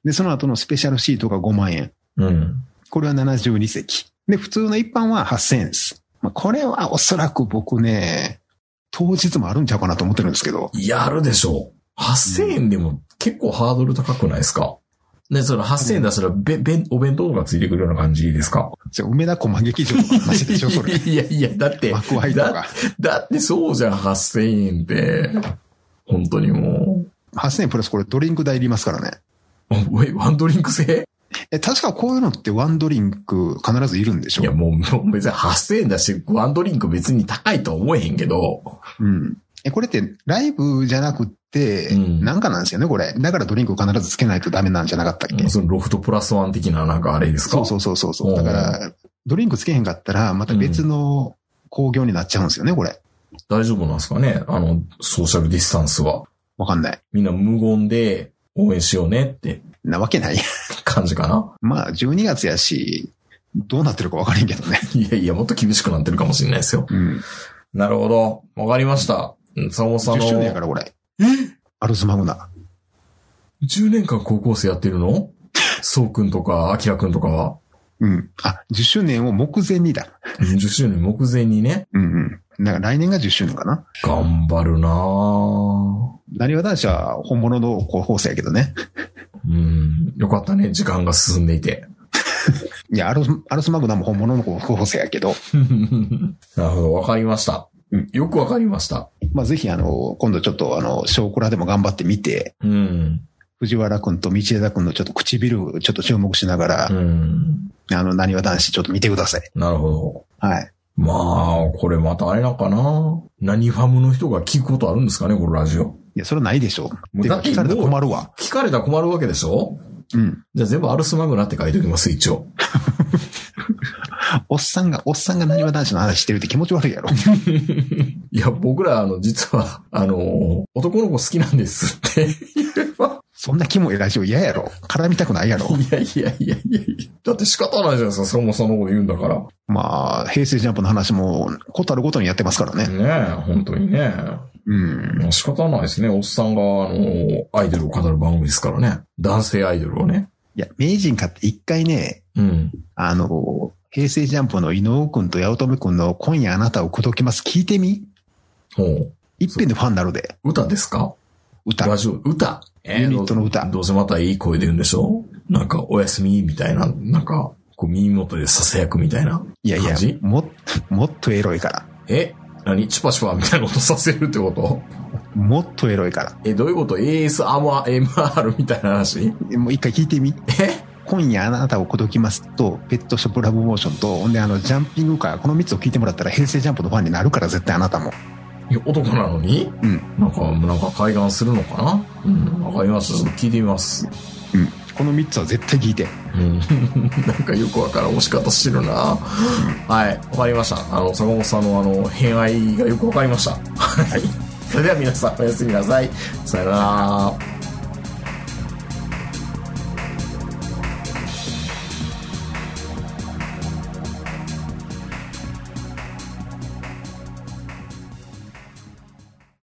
[SPEAKER 4] で、その後のスペシャルシートが5万円。
[SPEAKER 3] うん。
[SPEAKER 4] これは72席。で、普通の一般は8000円です。まあ、これはおそらく僕ね、当日もあるんちゃうかなと思ってるんですけど、
[SPEAKER 3] やるでしょう。8000円でも結構ハードル高くないですかで、その8000円出したら、べ、べ、お弁当とかついてくるような感じですか
[SPEAKER 4] それ梅田駒劇場の話でしょ、それ。
[SPEAKER 3] *laughs* いやいや、だって、
[SPEAKER 4] 幕開とか。
[SPEAKER 3] だってそうじゃん、8000円って。本当にも
[SPEAKER 4] 8000円プラスこれドリンク代いりますからね。
[SPEAKER 3] う。おえワンドリンク制
[SPEAKER 4] え、確かこういうのってワンドリンク必ずいるんでしょ
[SPEAKER 3] いや、もう、もう別に8000円だし、ワンドリンク別に高いとは思えへんけど、
[SPEAKER 4] うん。え、これってライブじゃなくって、
[SPEAKER 3] うん
[SPEAKER 4] なんかなんですよね、これ。だからドリンクを必ずつけないとダメなんじゃなかったっけ、
[SPEAKER 3] そのロフトプラスワン的ななんかあれですか
[SPEAKER 4] そうそうそうそうそう。だから、ドリンクつけへんかったら、また別の工業になっちゃうんですよね、これ。
[SPEAKER 3] 大丈夫なんですかねあの、ソーシャルディスタンスは。
[SPEAKER 4] わかんない。
[SPEAKER 3] みんな無言で応援しようねって
[SPEAKER 4] なわけない。 *laughs*
[SPEAKER 3] 感じかな
[SPEAKER 4] まあ、12月やし、どうなってるかわからんけどね。
[SPEAKER 3] いやいや、もっと厳しくなってるかもしれないですよ。
[SPEAKER 4] うん。
[SPEAKER 3] なるほど。わかりました。坂本さん
[SPEAKER 4] 10
[SPEAKER 3] の
[SPEAKER 4] 周年やから、これ。アルズマグナ。
[SPEAKER 3] 10年間高校生やってるのそうくんとか、あきらくんとかは。
[SPEAKER 4] うん。あ、10周年を目前にだ。
[SPEAKER 3] 10周年目前にね、
[SPEAKER 4] うんうん。だから来年が10周年かな。
[SPEAKER 3] 頑張るな
[SPEAKER 4] なにわ男子は本物の高校生やけどね。 *laughs*
[SPEAKER 3] ぁうん、よかったね。時間が進んでいて。
[SPEAKER 4] いや、アルスアルスマグナも本物の高校生やけど、
[SPEAKER 3] *laughs* なるほど。わかりました
[SPEAKER 4] うん。
[SPEAKER 3] よくわかりました。
[SPEAKER 4] まあ、ぜひ、あの、今度ちょっと、あの、小コラでも頑張ってみて、
[SPEAKER 3] うん。
[SPEAKER 4] 藤原くんと道枝くんのちょっと唇、ちょっと注目しなが
[SPEAKER 3] う
[SPEAKER 4] ら、
[SPEAKER 3] ん。
[SPEAKER 4] あの、なにわ男子ちょっと見てください。
[SPEAKER 3] なるほど。
[SPEAKER 4] はい。
[SPEAKER 3] まあ、これまたあれなんかな何ファムの人が聞くことあるんですかねこのラジオ。
[SPEAKER 4] いや、それはないでしょう。
[SPEAKER 3] もう
[SPEAKER 4] て
[SPEAKER 3] だ
[SPEAKER 4] か、
[SPEAKER 3] って
[SPEAKER 4] 聞かれたら困るわ。
[SPEAKER 3] 聞かれたら困るわけでしょ
[SPEAKER 4] うん。
[SPEAKER 3] じゃあ全部アルスマグナって書いておきます、一応。
[SPEAKER 4] おっさんが、おっさんがなにわ男子の話してるって気持ち悪いやろ。 *laughs*
[SPEAKER 3] いや、僕ら、あの、実は、あの、男の子好きなんですって言えば、
[SPEAKER 4] そんなキモいラジオ嫌やろ。絡みたくないやろ。
[SPEAKER 3] いやいやいやいやいやだって仕方ないじゃないですか、それもそのこと言うんだから。
[SPEAKER 4] まあ、平成ジャンプの話も、ことあるごとにやってますからね。
[SPEAKER 3] ねえ、本当にね。
[SPEAKER 4] うん。
[SPEAKER 3] まあ仕方ないですね。おっさんが、あの、アイドルを語る番組ですからね。男性アイドルをね。
[SPEAKER 4] いや、名人かって一回ね、
[SPEAKER 3] うん。
[SPEAKER 4] あの、平成ジャンプの井上くんと八乙女くんの今夜あなたを口説きます。聞いてみ
[SPEAKER 3] ほう。
[SPEAKER 4] 一遍でファンになるで。
[SPEAKER 3] 歌ですか
[SPEAKER 4] 歌。
[SPEAKER 3] ラジオ、歌。え
[SPEAKER 4] ユニットの歌
[SPEAKER 3] どうせまたいい声で言うんでしょなんか、おやすみ、みたいな、なんか、こう耳元で囁くみたいな。
[SPEAKER 4] いやいや
[SPEAKER 3] 感じ、
[SPEAKER 4] もっと、もっとエロいから。
[SPEAKER 3] え何チュパチュパみたいな音させるってこと
[SPEAKER 4] もっとエロいから。
[SPEAKER 3] え、どういうこと ?ASMR みたいな話
[SPEAKER 4] もう一回聞いてみ。
[SPEAKER 3] え
[SPEAKER 4] 今夜あなたを口説きますと、ペットショップラブモーションと、ほんであの、ジャンピングカー、この3つを聞いてもらったら平成ジャンプのファンになるから絶対あなたも。
[SPEAKER 3] いや男なのに
[SPEAKER 4] うん
[SPEAKER 3] なんか、なんか海岸するのかなうん、わかりました。ちょっと聞いてみます。
[SPEAKER 4] うん。この3つは絶対聞いて。
[SPEAKER 3] うん。なんかよくわからん押し方してるな。はい、わかりました。あの、坂本さんのあの、偏 *laughs* 愛がよくわかりました。はい。それでは皆さんおやすみなさい。さよなら。